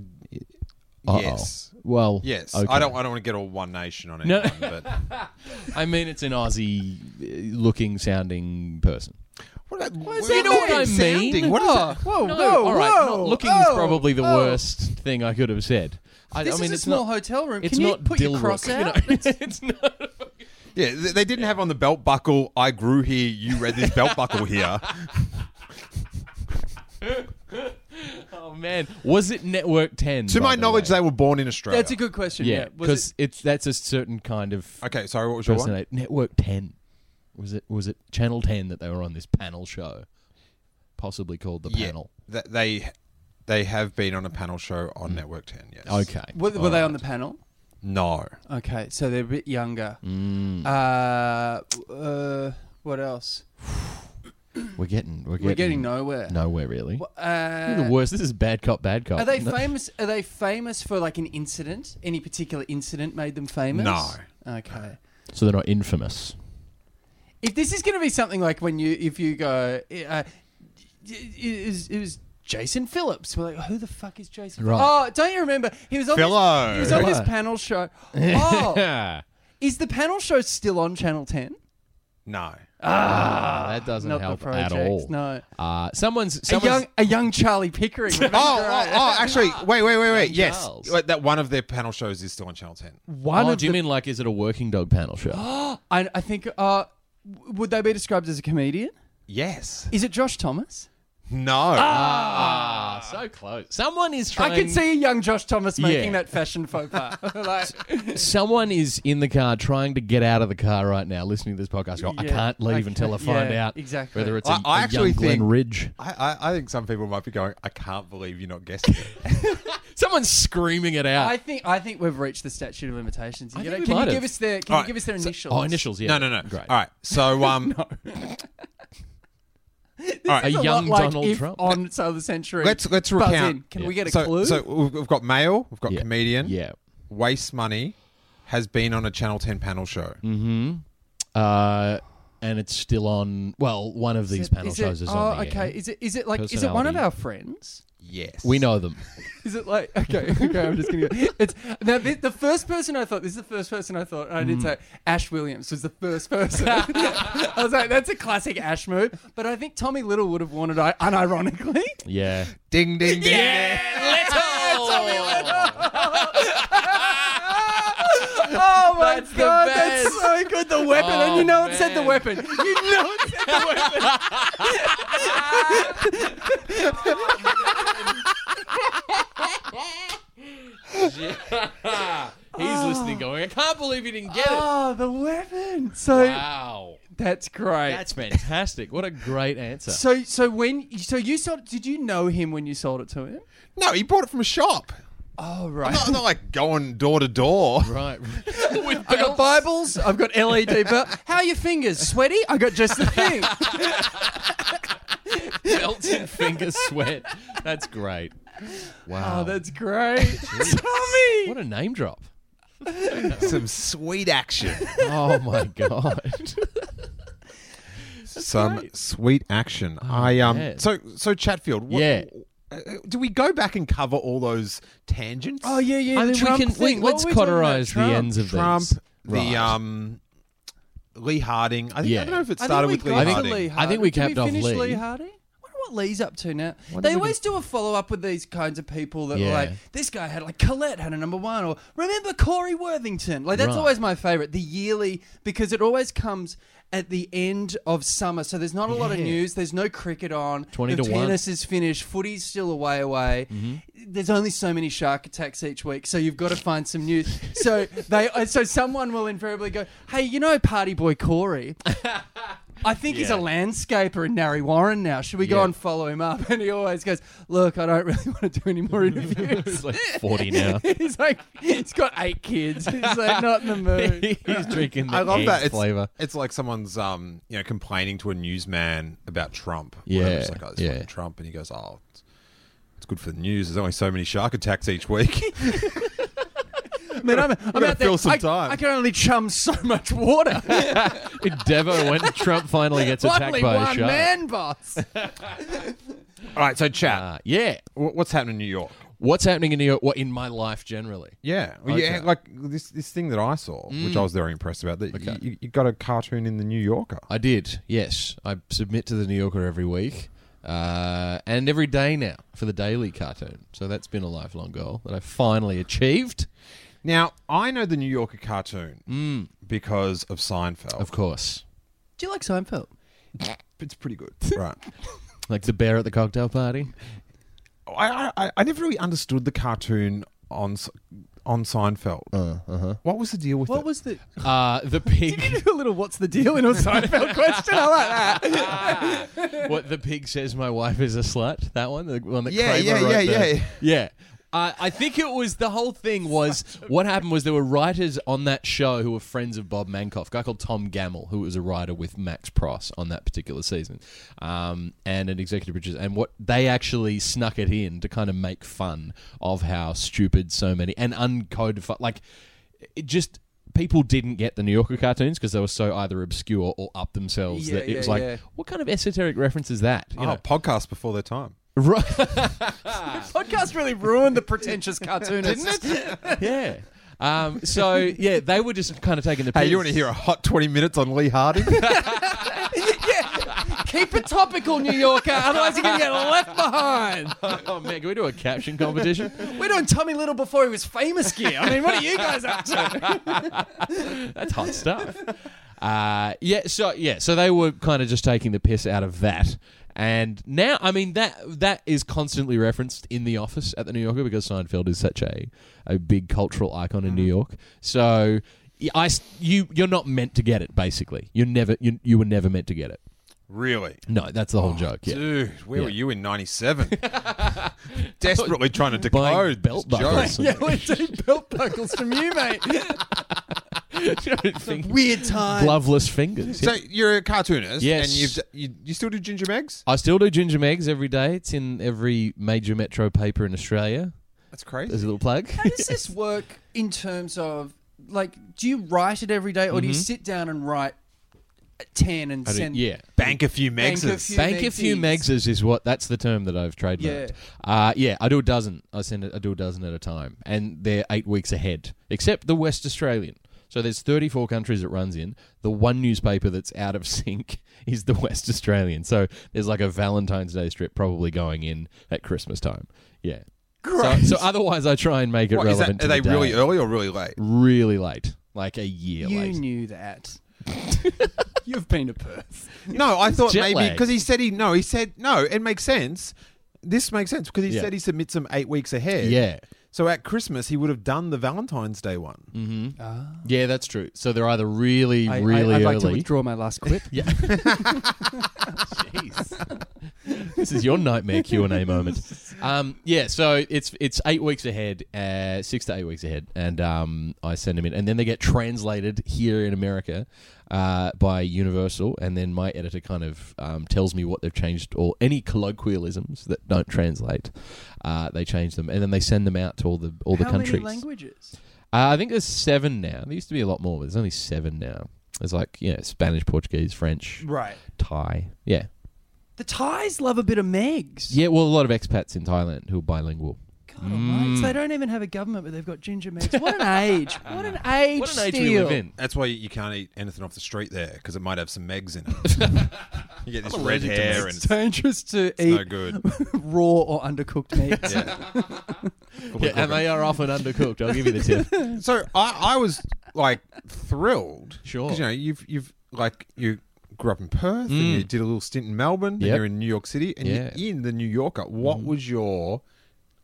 Uh-oh.
Yes.
Well,
Yes.
okay.
I don't. I don't want to get all one nation on
No.
anyone. But
I mean, it's an Aussie-looking sounding person.
what about, what
is that
what I mean? Oh.
What is that?
whoa,
No,
whoa,
all right.
whoa,
Not looking is
oh,
probably the
oh.
worst thing I could have said. I,
This
I
is
mean,
a
it's
small
not.
hotel room.
It's
Can
not
you put your
Dilruk,
cross
you know.
out?
it's not.
Yeah. th- They didn't have on the belt buckle. I grew here. You read this belt buckle here.
Oh man, was it Network Ten?
To
by
my
the
knowledge,
way?
they were born in Australia.
That's a good question.
yeah,
Yeah, Was
because
it-
it's that's a certain kind of
Okay. Sorry. What was your one?
personate. Network Ten was it? Was it Channel Ten that they were on this panel show, possibly called the
Yeah.
panel?
That they they have been on a panel show on Network Ten. Yes.
Mm. Okay,
Were, were
All
they
right.
on the panel?
No.
Okay, so they're a uh,
Mm.
bit younger. Uh, uh, what else?
We're getting we're getting,
We're getting nowhere.
nowhere really. You're
Uh,
the worst. This is bad cop, bad cop.
are they
No.
famous? Are they famous for like an incident? Any particular incident made them famous?
No.
Okay.
so they're not infamous.
If this is going to be something like when you, if you go, uh, it, was, it was Jason Phillips. We're like, who the fuck is Jason?
Right.
Oh, don't you remember? He was on.
Philo.
This, he was on this
Philo.
panel show. Oh,
Yeah.
is the panel show still on Channel Ten?
No.
Ah, that doesn't
Not
help
the
at
project.
all.
No.
Uh, someone's,
A
someone's
young, a young Charlie Pickering. remember?
Oh, oh, oh, actually, wait, wait, wait, wait.
Young
Yes,
Charles.
Wait, that one of their panel shows is still on Channel Ten.
One
oh,
of
do you
the-
mean like is it a working dog panel show?
I, I think. Uh, w- would they be described as a comedian?
Yes.
Is it Josh Thomas?
No.
Ah, so close. Someone is trying.
I can see a young Josh Thomas making
Yeah.
that fashion faux pas. like,
someone is in the car trying to get out of the car right now, listening to this podcast. Going, I
Yeah,
can't leave
okay,
until I find
yeah,
out
exactly.
whether it's a
I- I
a
actually
young Glen
think-
Ridge.
I, I, I think some people might be going, I can't believe you're not guessing it.
Someone's screaming it out.
I think I think we've reached the statute of limitations.
Uh,
You
I
know,
think we
can
might
you
have.
give us their Can
All
you
right,
give us their initials?
oh, initials. Yeah.
no, no, no.
Great.
All right. So, um, all
A
right.
It's
young
lot like
Donald
if
Trump.
on so the century.
Let's let's
buzz
recount.
in. Can
Yeah.
we get a
so,
clue?
so we've we've got male, we've got
Yeah.
comedian.
Yeah.
Waste money has been on a Channel Ten panel show.
Mm. Mm-hmm. Uh, and it's still on. Well, one of these panel
Is it-
shows is
oh,
on. the
okay.
air.
Is it is it like is it one of
Personality.
our friends?
Yes.
We know them.
Is it like okay? Okay, I'm just gonna. Go. It's now the, the first person I thought. This is the first person I thought. and I
Mm.
did say Ash Williams was the first person. I was like, that's a classic Ash move. But I think Tommy Little would have wanted it unironically.
Yeah.
Ding ding ding.
Oh my
That's the
god,
best.
that's so good. The weapon, and
Oh,
you know it said the
man.
weapon. You know it said the weapon.
He's listening, going, I can't believe you didn't get
Oh, the weapon. So
Wow.
that's great.
That's fantastic. What a great answer.
so so when so you sold did you know him when you sold it to him?
No, he bought it from a shop.
Oh right.
Not, not like going door to door.
right. With
I
belts.
got Bibles. I've got LED. But how are your fingers? Sweaty? I got just the thing.
belts and finger sweat. That's great. Wow.
Oh, that's great, Tommy.
what a name drop.
Some sweet action.
Oh my god.
Some sweet action. I um.
man.
So so Chatfield. What,
Oh, Yeah.
uh, Do we go back and cover all those tangents?
Oh yeah, yeah.
I
the
mean,
Trump
we can
thing.
we-
What
let's
were we talking about?
cauterize the
Trump.
ends of
Trump,
these.
the
Right.
um, Lee Harding. I, think,
Yeah.
I don't know if it
I think
started
we
with Lee
got to
I
Harding.
think-
Lee
I think we
Did
capped off
finish
Lee.
Lee Hardy. I wonder What Lee's up to now?
did we
They always do a follow up with these kinds of people that
Yeah.
were like this guy had like Colette had a number one or remember Corey Worthington like that's
Right.
always my favorite the yearly because it always comes at the end of summer so there's not a lot of
Yeah.
news there's no cricket on
20
the
to Mm-hmm. 1.
tennis is finished footy's still a way away there's only so many shark attacks each week so you've got to find some news so they so someone will invariably go hey you know party boy Corey I think he's a
Yeah.
landscaper in Narry Warren now. Should we go
Yeah.
and follow him up? And he always goes, Look, I don't really want to do any more interviews.
It's like 40 now.
he's like, He's got eight kids. He's like, Not in the mood.
He's drinking the
I love
egg
that. It's,
flavor.
it's like someone's um, you know, complaining to a newsman about Trump.
Yeah,
Whatever. It's like, oh, this
yeah.
fucking Trump, and he goes, oh. It's, it's good for the news. There's only so many shark attacks each week.
I mean, I'm, I'm
gotta
out there-
fill some
I-
time.
I can only chum so much water.
Devo when Trump finally gets attacked
Only
by a
one
shark.
man, boss.
All right, so chat.
Uh, yeah.
wh- what's happening in New York?
What's happening in New York? What in my life generally?
Yeah, well, yeah,
Okay.
like this this thing that I saw, which I was very impressed about. That
Mm. Okay.
you, you got a cartoon in the New Yorker.
I did. Yes, I submit to the New Yorker every week. Uh, and every day now for the daily cartoon. So that's been a lifelong goal that I finally achieved.
Now I know the New Yorker cartoon because of Seinfeld.
Mm. Of course.
Do you like Seinfeld?
it's pretty good, right?
Like the bear at the cocktail party.
I, I I never really understood the cartoon on S- on Seinfeld. uh-huh. What was the deal with
What
it?
was the.
Uh, the pig.
Did you do a little what's the deal in a Seinfeld question? I like that.
what the pig says my wife is a slut. That one, the one that
Yeah,
Kramer
yeah,
wrote
yeah,
the-
yeah.
yeah. Uh, I think it was the whole thing was what happened was there were writers on that show who were friends of Bob Mankoff, a guy called Tom Gamble, who was a writer with Max Price on that particular season, um, and an executive producer. And what they actually snuck it in to kind of make fun of how stupid so many and uncodified, like it just people didn't get the New Yorker cartoons because they were so either obscure or up themselves
Yeah,
that it
yeah,
was like,
yeah.
what kind of esoteric reference is that? You
Oh,
know.
podcast before their time.
Oh. Right.
podcast really ruined the pretentious cartoonist, didn't it?
yeah. Um, so yeah, they were just kind of taking the.
Hey, you
piss.
want to hear a hot 20 minutes on Lee Harding?
Keep it topical, New Yorker, otherwise you're gonna get left behind.
Oh man, can we do a caption competition?
We're doing Tommy Little before he was famous gear. I mean, what are you guys up to?
That's hot stuff. Uh, yeah, so yeah, so they were kind of just taking the piss out of that, and now I mean that that is constantly referenced in the office at the New Yorker because Seinfeld is such a a big cultural icon in New York. So y- I s- you you're not meant to get it. Basically, you're never you you were never meant to get it.
really?
No, that's the whole joke. Yeah.
Dude, where
Yeah.
were you in 97? Desperately trying to
Buying
decode
belt
this
buckles.
joke.
yeah, we do belt buckles from you, mate. Weird time.
Gloveless fingers.
So you're a cartoonist,
Yes. Uh,
and you've, you you still do ginger megs?
I still do ginger megs every day. It's in every major metro paper in Australia.
That's crazy.
There's a little plug.
How does this work in terms of like? Do you write it every day, or do you sit down and write ten and
I Mm-hmm. do-
send?
yeah.
Bank a few
Bank a
megses.
few-
Bank a few
megsies.
megses is what that's the term that I've trademarked. Yeah. Uh, yeah, I do a dozen. I send it, I do a dozen at a time, and they're eight weeks ahead, except the West Australian. So there's 34 countries it runs in. The one newspaper that's out of sync is the West Australian. So there's like a Valentine's Day strip probably going in at Christmas time. Yeah. So, so otherwise, I try and make it
What is
relevant.
that? Are
to
they
the day.
really early or really late?
really late, like a year
You
late.
knew that. You've been to Perth.
No, I thought
jet
maybe
lag.
because he said he no, he said no. It makes sense. This makes sense because he
Yeah.
said he submits them eight weeks ahead.
Yeah,
So at Christmas he would have done the Valentine's Day one.
Mm-hmm. yeah, that's true. So they're either really,
Ah. I,
really
I, I'd like to
early.
withdraw my last quip.
yeah. Jeez. this is your nightmare Q and A moment. Um, yeah, so it's it's eight weeks ahead, uh, six to eight weeks ahead, and um, I send them in, and then they get translated here in America uh, by Universal, and then my editor kind of um, tells me what they've changed or any colloquialisms that don't translate. Uh, they change them, and then they send them out to all the all the
How
countries.
many languages?
Uh, I think there's seven now. There used to be a lot more, but there's only seven now. There's like you know Spanish, Portuguese, French,
Right.
Thai. Yeah,
The Thais love a bit of Megs.
yeah. Well, a lot of expats in Thailand who are bilingual.
God almighty. So they don't even have a government, but they've got ginger Megs. What an age! What an age!
What an age we
steal.
live in.
That's why you can't eat anything off the street there because it might have some megs in it. you get this red
allergic to
hair and
It's
it's
dangerous to
no
eat
good.
raw or undercooked meat.
Yeah.
Yeah, and they are often undercooked. I'll give you the tip.
So I, I was like thrilled.
Sure.
'Cause, you know, you've you've like you grew up in Perth and you did a little stint in Melbourne and
Mm. Yep.
you're in New York City and
Yeah. Mm.
you're in the New Yorker. What was your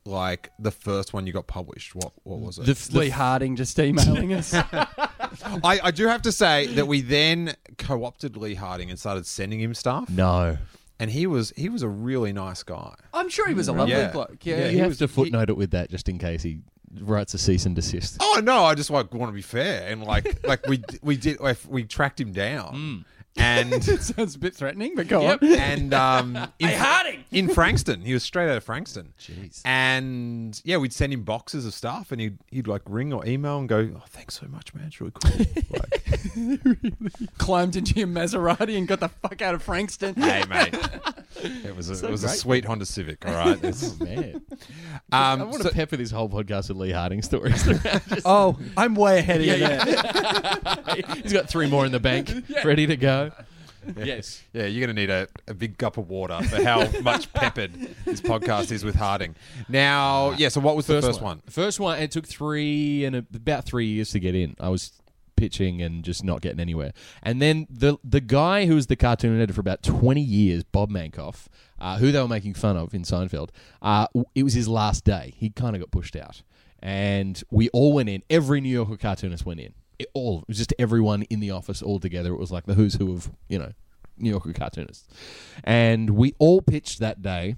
like the first one you got published? What what was it?
The, f- the
Lee
f-
Harding just emailing us.
I, I do have to say that we then co-opted Lee Harding and started sending him stuff.
no.
And he was he was a really nice guy.
I'm sure he was a lovely
Yeah.
bloke.
Yeah,
Yeah.
You
he
have
was-
to footnote it with that just in case he writes a cease and desist.
Oh no, I just like want to be fair and like like we we did we tracked him
Mm.
down and
It sounds a bit threatening, but go on.
and um in,
Harding!
in Frankston. He was straight out of Frankston.
Jeez.
And yeah, we'd send him boxes of stuff and he'd he'd like ring or email and go, Oh, thanks so much, man. It's really cool. like,
Climbed into your Maserati and got the fuck out of Frankston.
hey mate. It was a it was a
great.
sweet Honda Civic, all right. It's-
Oh, Man, I
um
want
so-
to pepper this whole podcast with Lee Harding stories. throughout. Just-
Oh, I'm way ahead of
Yeah,
you there.
He's got three more in the bank, ready to go. Yes.
yeah, you're gonna need a, a big gup of water for how much peppered this podcast is with Harding. Now, yeah, so what was the first one?
First one. It took three and a, about three years to get in. I was pitching and just not getting anywhere. And then the the guy who was the cartoon editor for about twenty years, Bob Mankoff, uh, who they were making fun of in Seinfeld, uh, w- it was his last day. He kind of got pushed out, and we all went in. Every New Yorker cartoonist went in. It all it was just everyone in the office all together. It was like the who's who of you know New Yorker cartoonists, and we all pitched that day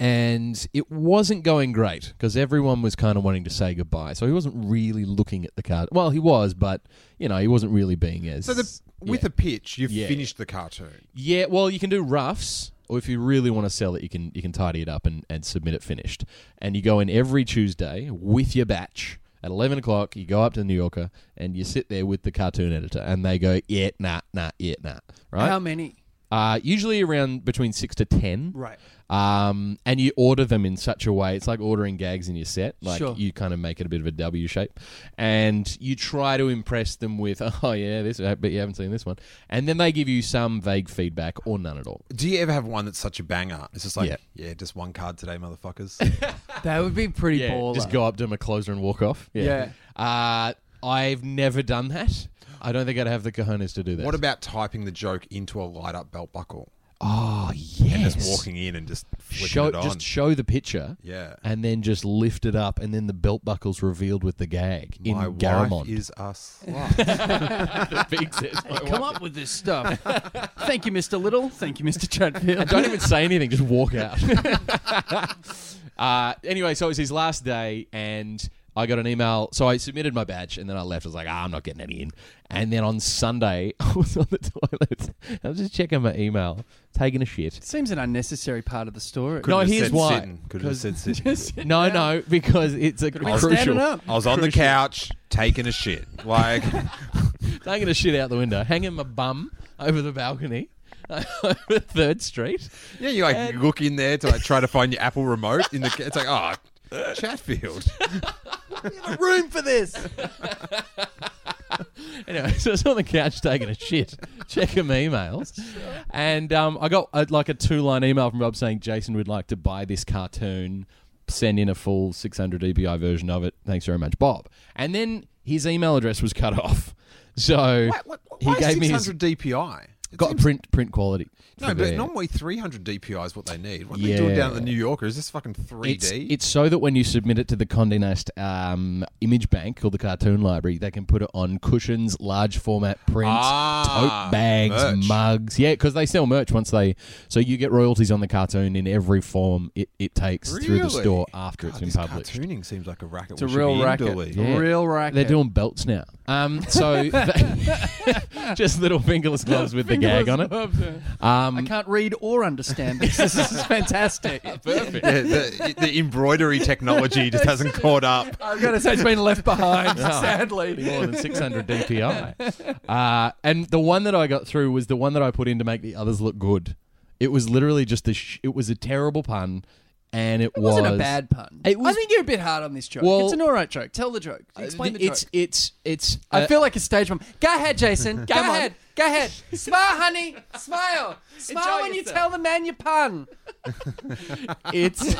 and it wasn't going great because everyone was kind of wanting to say goodbye. So he wasn't really looking at the card. Well, he was, but you know, he wasn't really being as.
So the, with
yeah.
a pitch, you've
Yeah.
finished the cartoon.
yeah, well, you can do roughs, or if you really want to sell it, you can you can tidy it up and, and submit it finished. And you go in every Tuesday with your batch. At 11 o'clock, you go up to the New Yorker and you sit there with the cartoon editor, and they go, yeah, nah, nah, yeah, nah. Right?
Um,
How many?
uh, usually around between six to ten.
Right.
Um, and you order them in such a way, it's like ordering gags in your set. Like
Sure.
you kind of make it a bit of a W shape, and you try to impress them with, oh yeah, this, but you haven't seen this one, and then they give you some vague feedback or none at all.
Do you ever have one that's such a banger? It's just like,
Yeah.
yeah, just one card today, motherfuckers.
That would be pretty
Yeah,
baller.
just go up to them a closer and walk off.
Yeah.
Uh, I've never done that. I don't think I'd have the cojones to do that.
what about typing the joke into a light up belt buckle
oh yes,
and just walking in and just flipping
show
it on?
just show the picture.
yeah.
and then just lift it up, and then the belt buckle's revealed with the gag in
My
Garamond.
wife is a slut.
the big says, "My wife."
Come up with this stuff. Thank you, Mr. Little. Thank you, Mr. Chatfield.
Don't even say anything, just walk out. uh, anyway, so it was his last day, and I got an email. So I submitted my badge, and then I left. I was like, ah, I'm not getting any in. And then on Sunday, I was on the toilet. I was just checking my email, taking a shit.
Seems an unnecessary part of the story.
No,
Couldn't have
here's
said
why.
sitting. Couldn't have said sitting.
No, no, because it's a
been
crucial.
standing up.
I was on the couch taking a shit. Like,
Taking a shit out the window, hanging my bum over the balcony, over Third Street.
yeah, you like look in there to like try to find your Apple remote in the. ca- It's like, oh, Chatfield.
room for this.
Anyway, so I was on the couch taking a shit, checking my emails, and um, I got uh like a two-line email from Rob saying Jason would like to buy this cartoon, send in a full 600 EPI version of it. Thanks very much, Bob. And then his email address was cut off, so he gave me his
600 DPI. It
got
seems-
print print quality.
No,
for
but
their-
normally 300 DPI is what they need. What are they doing
Yeah.
down at the New Yorker? Is this fucking 3D?
It's, it's so that when you submit it to the Condé Nast um, image bank called the Cartoon Library, they can put it on cushions, large format prints,
Ah,
tote bags,
merch.
mugs. Yeah, because they sell merch once they. So you get royalties on the cartoon in every form it, it takes through the
Really?
store after
God,
it's
this
been published.
Cartooning seems like a racket.
It's a real racket.
Yeah.
A real racket.
They're doing belts now. Um, so just little fingerless gloves with the gag on it.
I
Um,
can't read or understand this. This is fantastic.
Perfect. Yeah, the, the embroidery technology just hasn't caught up.
I've got to say, it's been left behind,
Yeah.
sadly.
more than 600 DPI. Uh, and the one that I got through was the one that I put in to make the others look good. It was literally just a. Sh- it was a terrible pun, and it,
It
was
wasn't a bad pun.
It was-
I think you're a bit hard on this joke.
Well- uh,
it's an all right joke. Tell the joke. Explain the joke.
it's, it's it's
I
uh,
feel like a stage mom. Go ahead, Jason. Go
Come on.
ahead. Go ahead. Smile, honey. Smile. Smile
Enjoy
when
yourself.
you tell the man your pun.
it's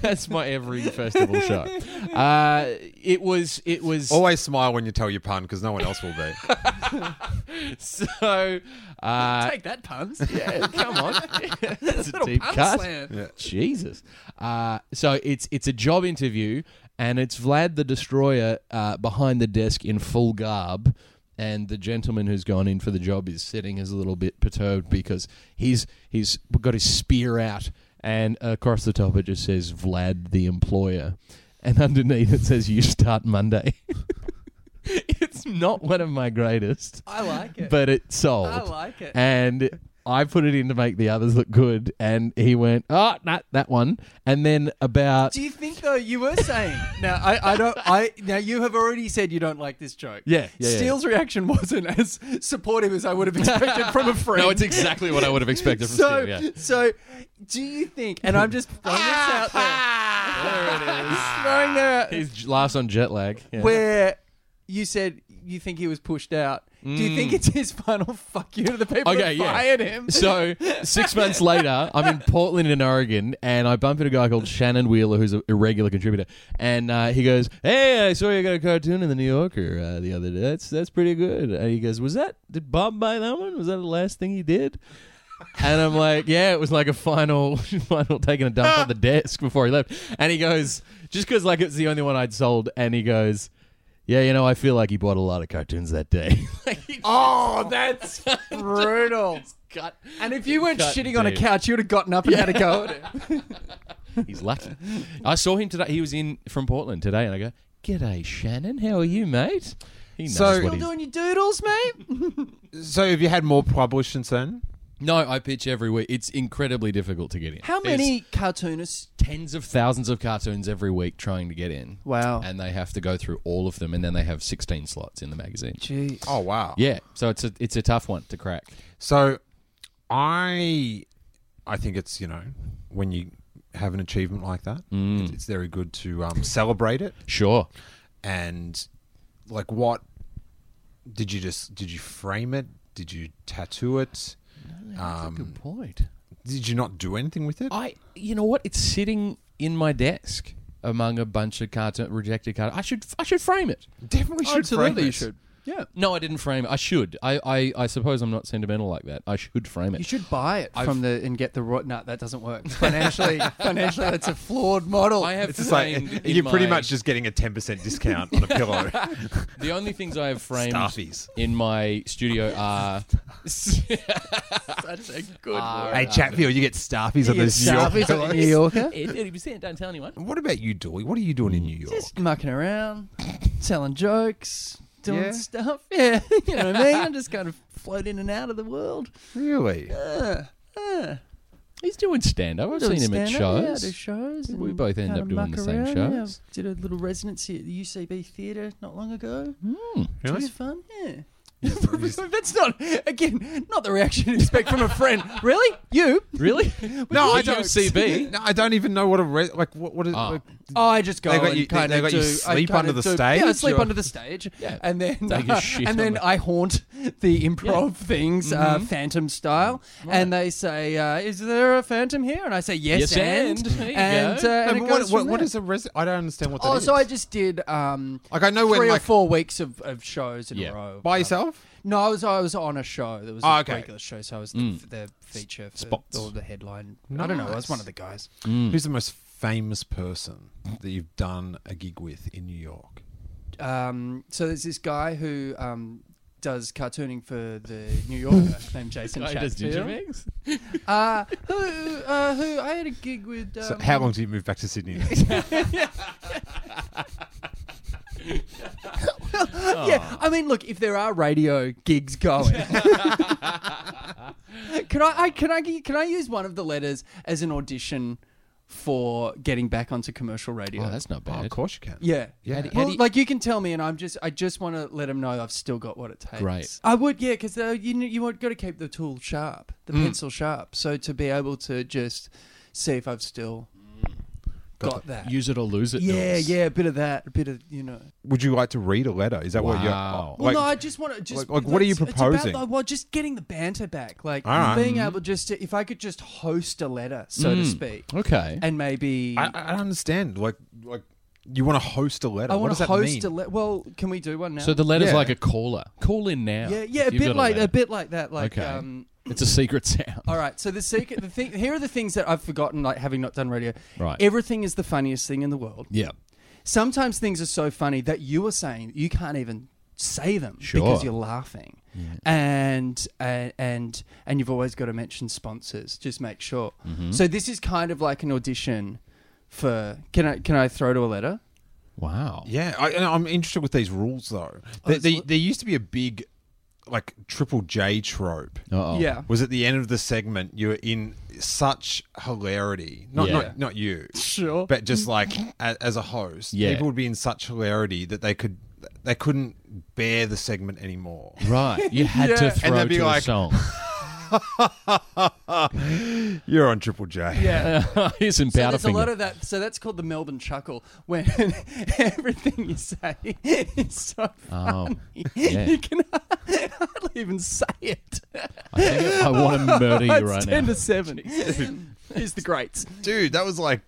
that's my every festival show. Uh, it was it was
Always smile when you tell your pun because no one else will be.
so. Uh,
Take that pun.
yeah, come on, that's a
Little
deep
pun
cut.
slam.
Yeah.
Jesus. Uh, so it's it's a job interview, and it's Vlad the Destroyer uh, behind the desk in full garb, and the gentleman who's gone in for the job is sitting is a little bit perturbed because he's he's got his spear out, and across the top it just says Vlad the employer, and underneath it says you start Monday. it's not one of my greatest,
I like it.
but it sold
I like it.
and I put it in to make the others look good, and he went, "Oh, not that one." And then about
Do you think though you were saying now I, I don't I now you have already said you don't like this joke.
Yeah, yeah, yeah.
Steele's reaction wasn't as supportive as I would have expected from a friend.
exactly what I would have expected
so so do you think and I'm just throwing this out
Ah,
there throwing that
His last on jet lag. Yeah.
where you said you think he was pushed out. Do you think it's his final fuck you to the people
Mm. Okay,
who
yeah.
fired him?
So six months later, I'm in Portland in Oregon, and I bump into a guy called Shannon Wheeler, who's a a regular contributor, and uh, he goes, "Hey, I saw you got a cartoon in the New Yorker uh, the other day. That's that's pretty good." And he goes, "Was that? Did Bob buy that one? Was that the last thing he did?" And I'm like, yeah, it was like a final, final taking a dump on the desk before he left. And he goes, just because like it's the only one I'd sold, and he goes, yeah, you know, I feel like he bought a lot of cartoons that day. like he just
Oh, that's brutal.
Cut.
And if you weren't
Cut
shitting on a
deep.
couch, you would have gotten up and had a go at it.
He's lucky. I saw him today. He was in from Portland today, and I go, "G'day, Shannon. How are you, mate?" He knows
So-
what
Still
he's.
your doodles, mate?
So have you had more publishers then?
no, I pitch every week. It's incredibly difficult to get in.
How
There's
many cartoonists?
tens of thousands of cartoons every week trying to get in.
Wow.
And they have to go through all of them, and then they have 16 slots in the magazine.
Gee.
Oh wow.
Yeah, so it's a it's a tough one to crack.
So I I think it's, you know, when you have an achievement like that, it's, it's very good to um, celebrate it
Sure.
and like what did you just did you frame it? Did you tattoo it?
That's a good point.
Did you not do anything with it?
I, you know what? It's sitting in my desk among a bunch of cartoon rejected cartoons. I should, I should frame it.
definitely should frame
Absolutely,
it.
you should. Yeah.
No, I didn't frame it. I should. I, I, I suppose I'm not sentimental like that. I should frame
You
it.
should buy it from the and get the raw. No, that doesn't work financially. financially, that's a flawed model.
I have
It's just
framed.
like
in
you're pretty
my-
much just getting a ten percent discount on a pillow.
the only things I have framed
Stuffies.
in my studio are. Uh,
such a good
hey Chatfield, you get stuffies on
Your
this. York
stuff is
pillow.
a New Yorker.
Thirty percent. Don't tell anyone.
What about you, Dooley? What are you doing in New York?
Just mucking around, telling jokes, doing
Yeah?
stuff. Yeah, you know what I mean. I'm just kind of float in and out of the world.
really?
Uh, uh.
He's doing stand up. I've
Doing
seen him at
stand-up, yeah, I
shows.
do shows
We
and
both end
kinda
up doing the
muck
same
around, yeah.
shows.
Did a little residency at the UCB Theatre not long ago. It was fun, yeah. That's not again not the reaction you expect from a friend. Really, you?
Really?
No, I
With
don't.
UCB.
No, I don't even know what a re- like. What, what is?
Ah.
like-
Oh, I just go
They got
and
you- they-
kind
they
of
got
do.
you
I
sleep
kinda
under the
do-
stage,
Yeah, I sleep
or-
under the stage,
Yeah.
and then
Take a
uh,
shit
and
on
then
the-
I haunt the improv things,
Mm-hmm.
uh, phantom style, and they say, uh, "Is there a phantom here?" And I say, "Yes,
Yes,
and
and. There you
and,
go.
uh,
No,
and
but
it
what-
goes
what-
from
what
there.
is a res? I don't understand what that
Oh,
is.
so I just did um,
like I know
three
when
or
like
four weeks of, of shows in
Yeah.
a row.
by
Uh,
yourself.
No, I was I was on a show. There was
Oh,
a
okay. Mm.
regular show, so I was the, the feature for
Spots.
or the headline. I don't know. I
Nice.
was one of the guys.
Who's the most famous person that you've done a gig with in New York?
um, so there's this guy who um, does cartooning for the New Yorker named Jason
I just did your
Chatfield.
mix.
Uh, who, uh, who I had a gig with. Um,
So how long did you move back to Sydney? Oh,
Yeah, I mean, look, if there are radio gigs going, can I, I can I can I use one of the letters as an audition for getting back onto commercial radio?
Oh, that's not
oh, of
bad.
course you can.
Yeah.
Yeah.
do- how
Well,
do you-
like you can tell me, and I'm just, I just want to let them know I've still got what it takes.
Great.
I would, yeah, because uh, you kn- you want got to keep the tool sharp, the
Mm.
pencil sharp. So to be able to just see if I've still
Mm.
got, that.
Use it or lose it.
yeah,
Nils.
yeah, a bit of that, a bit of you know.
Would you like to read a letter? Is that what you're? oh,
Wow.
like,
well, no, I just want to just
like- like, what are you
it's- it's
proposing?
about, like, well, just getting the banter back, like
All right. Mm-hmm. Mm.
being able just to, if I could just host a letter, so to speak,
Okay.
and maybe
I, I don't understand. Like, like you want to host a letter?
I
what
want
does
to
that
host
mean?
a letter. Well, can we do one now?
So the letter's
Yeah.
like a caller. Call in now.
yeah, yeah, a
if you've
bit
got
like a
letter.
bit like that, like
Okay.
um,
It's a secret sound.
All right. So the secret, the thing, here are the things that I've forgotten, like having not done radio.
Right.
Everything is the funniest thing in the world.
Yeah.
Sometimes things are so funny that you are saying you can't even say them
Sure.
because you're laughing. And and and and you've always got to mention sponsors. Just make sure.
Mm-hmm.
So this is kind of like an audition for. Can I can I throw to a letter?
Wow.
Yeah, I, and I'm interested with these rules though. There, there, there used to be a big, like Triple J trope.
Uh-oh.
Yeah.
Was at the end of the segment, you were in such hilarity. Not
Yeah.
not not you,
Sure.
but just like a, as a host,
Yeah.
people would be in such hilarity that they could they couldn't bear the segment anymore.
Right. You had to
Yeah.
throw
they'd be
to
like-
a song.
You're on Triple J.
Yeah.
Here's some
So
powder
there's a
finger.
lot of that. So that's called the Melbourne chuckle, when everything you say is so
Oh,
funny
yeah.
you can hardly even say it.
I, think I want to murder you
it's
right
ten
now.
to seven. Is the greats?
Dude, that was like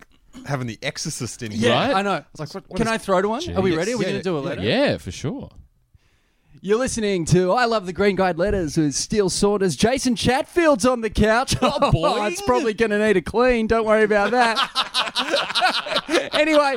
having the Exorcist in here.
Yeah. Right?
I know.
I was like, what, what
Can
is-
I throw to one? Are we
Jeez.
ready? We're
Yeah,
gonna do a
yeah,
letter.
Yeah, for sure.
You're listening to I Love the Green Guide Letters with Steel Saunders. Jason Chatfield's on the couch. Oh,
boy.
it's probably going to need a clean. Don't worry about that. anyway,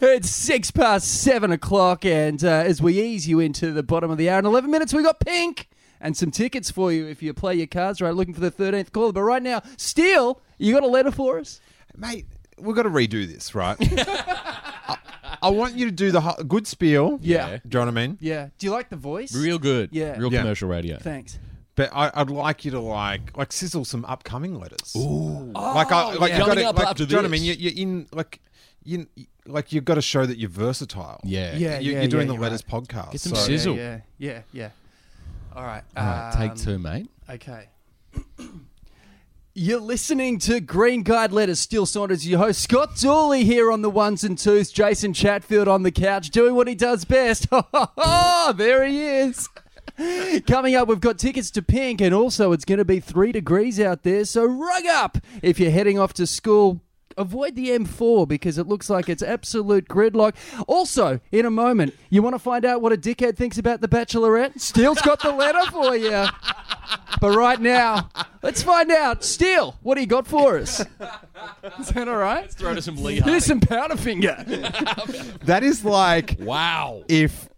it's six past seven o'clock, and uh, as we ease you into the bottom of the hour, in 11 minutes, we got pink and some tickets for you if you play your cards right, looking for the 13th caller. But right now, Steel, you got a letter for us?
Mate, we've got to redo this, right? I, I want you to do the ho- good spiel.
Yeah.
Do you know what I mean?
Yeah. Do you like the voice?
Real good.
Yeah.
Real
Yeah.
commercial radio.
Thanks.
But I, I'd like you to like like sizzle some upcoming letters. Ooh, like I like you
Coming
got to
up
like,
after
do you know what I
this.
mean? You, you're in like you like you've got to show that you're versatile.
Yeah.
Yeah.
you, you're doing the
you're
letters podcast.
Get some
so-
scissors. Sizzle.
Yeah, yeah, yeah. All right.
All right,
um,
take two, mate.
Okay. You're listening to Green Guide Letters. Steel Saunders, your host. Scott Dooley here on the ones and twos. Jason Chatfield on the couch doing what he does best. Oh, there he is. Coming up, we've got tickets to Pink, and also it's going to be three degrees out there. So rug up if you're heading off to school. Avoid the M4 because it looks like it's absolute gridlock. Also, in a moment, you want to find out what a dickhead thinks about The Bachelorette? Steele's got the letter for you. But right now, let's find out. Steele, what do you got for us? Is that all right?
Throw to some Lee
Here's some powder finger.
That is like
Wow.
if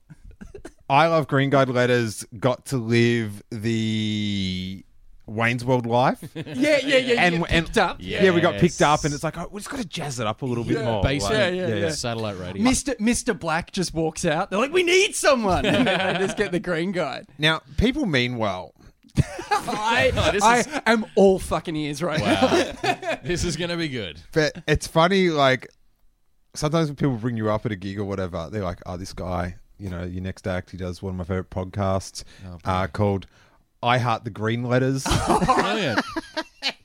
I Love Green Guide Letters got to live the Wayne's World life.
Yeah, yeah, yeah.
And, and
up.
yeah, we got picked up,
Yes.
and it's like, oh, we just got to jazz it up a little bit more.
Basic.
like-
yeah, yeah.
Satellite radio.
Mr. Mr. Black just walks out. They're like, we need someone. And they just get the green guy.
Now, people mean well.
I,
this
I
is-
am all fucking ears right now.
Wow. this is going to be good.
But it's funny, like sometimes when people bring you up at a gig or whatever, they're like, "Oh, this guy, you know, your next act, he does one of my favorite podcasts uh, called I Heart the Green Letters."
Brilliant.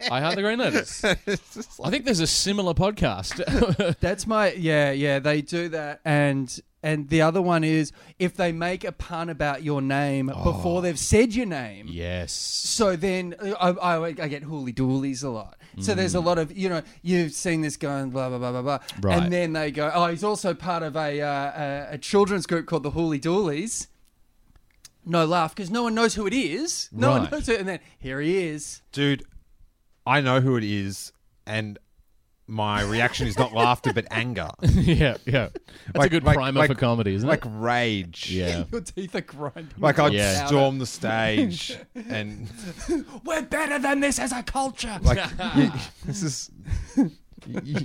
I Heart the Green Letters. I think there's a similar podcast.
That's my yeah, yeah. They do that, and and the other one is if they make a pun about your name before they've said your name.
yes.
So then I, I, I get hooly doolies a lot. So there's a
Mm.
lot of, you know, you've seen this guy and blah, blah, blah, blah, blah.
Right.
And then they go, oh, he's also part of a, uh, a, a children's group called the Hooly Doolies. No laugh because no one knows who it is. No one
Right.
knows it. And then here he is.
Dude, I know who it is, and my reaction is not laughter but anger,
yeah, yeah. That's a
Like-
good
like-
primer
like-
for comedy, isn't
like
it?
rage.
Yeah.
Your teeth are grinding.
Like I'd
Yeah.
storm the stage and
We're better than this as a culture.
uh, like you, this is you,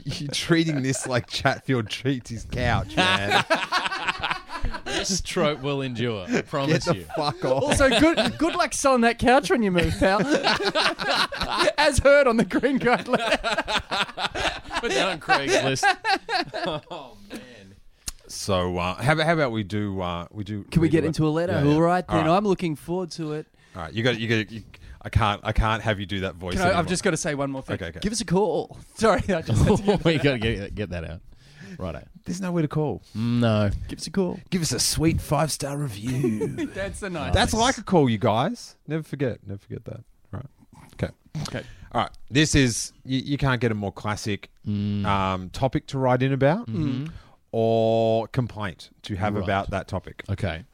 you're treating this like Chatfield treats his couch, man.
this trope will endure. I
Get
promise
the
you.
fuck off.
also, good good luck selling that couch when you move, pal. as heard on the Green Guide letter.
Put that on Craigslist. oh, man.
So uh, how, about- how about we do uh, we do?
Can we
read
get
le-
into a letter?
Yeah, yeah.
All right, then.
All right.
I'm looking forward to it.
All right, you got you got. You, I can't I can't have you do that voice.
Can I,
anymore.
I've just got to say one more thing.
Okay, okay.
Give us a call. Sorry, I just had to give,
Oh. we got to get, get that out. Righto. Mm,
There's nowhere to call.
No.
give us a call.
Give us a sweet five star review.
That's the night.
That's like a call, you guys. Never forget. Never forget that. All Right. Okay.
Okay.
All right. This is you, you can't get a more classic
Mm.
um, topic to write in about
Mm-hmm.
or complaint to have
Right.
about that topic
Okay.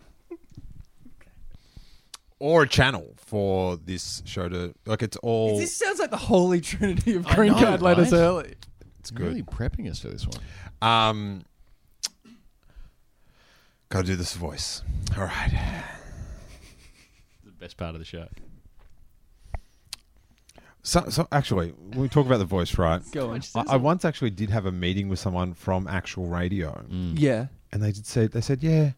or a channel for this show to like. It's all
This sounds like the holy trinity of
I
green
know,
card letters
right?
early.
it's
You're Really prepping us for this one.
Um, gotta do this voice. All right.
The best part of the show.
So, so actually, when we talk about the voice, right?
Go on.
I, I once actually did have a meeting with someone from actual radio,
Mm. Yeah.
and they did say they said, "Yeah,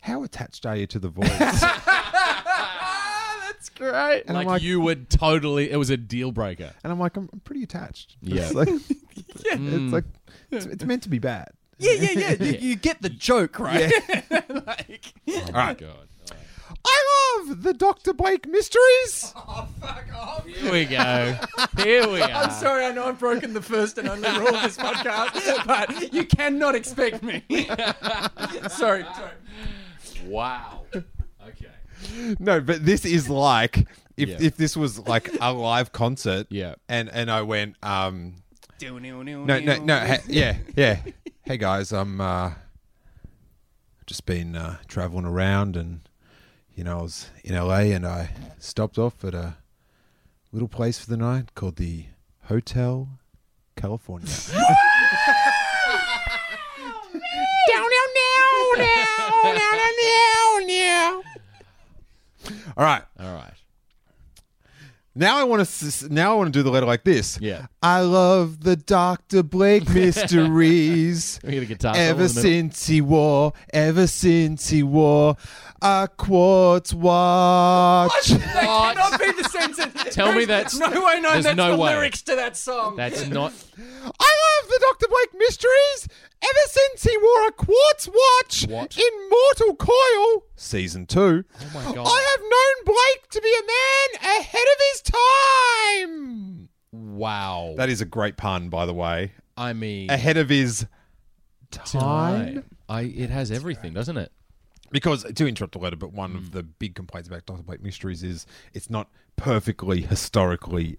how attached are you to the voice?"
Ah, That's great.
and
like,
I'm like,
you would totally. It was a deal breaker.
and I'm like, I'm, I'm pretty attached.
Yeah.
It's like, it's like it's, it's meant to be bad.
Yeah, yeah, yeah. You, you get the joke, right? like,
Oh
All
my
right.
god.
I love the Doctor Blake mysteries.
oh, fuck off.
Here we go. Here we are.
I'm sorry, I know I've broken the first and only rule of this podcast, but you cannot expect me. sorry, sorry.
Wow. Okay.
No, but this is like if
Yeah.
if this was like a live concert.
Yeah.
And and I went, um,
No,
No, no, no. Hey, yeah, yeah. Hey guys, I'm uh, just been uh, traveling around, and you know, I was in LA, and I stopped off at a little place for the night called the Hotel California. All right.
All right.
Now I want to now I want to do the letter like this.
Yeah.
I love the Doctor Blake mysteries.
We get a guitar. solo in
ever
the middle.
since he wore, ever since he wore a quartz watch.
That cannot be the same sentence.
Tell me
There's
that's-
no way. No,
there's
that's
no
the
way.
lyrics to that song.
That's not.
I love the Doctor Blake mysteries. Ever since he wore a quartz watch
What?
in Mortal Coil season two, oh
my God.
I have known Blake to be a man ahead of his time.
Wow.
That is a great pun, by the way.
I mean,
Ahead of his
time. I. It has everything, doesn't it?
Because to interrupt the letter, but one of the big complaints about Doctor Blake Mysteries is it's not perfectly historically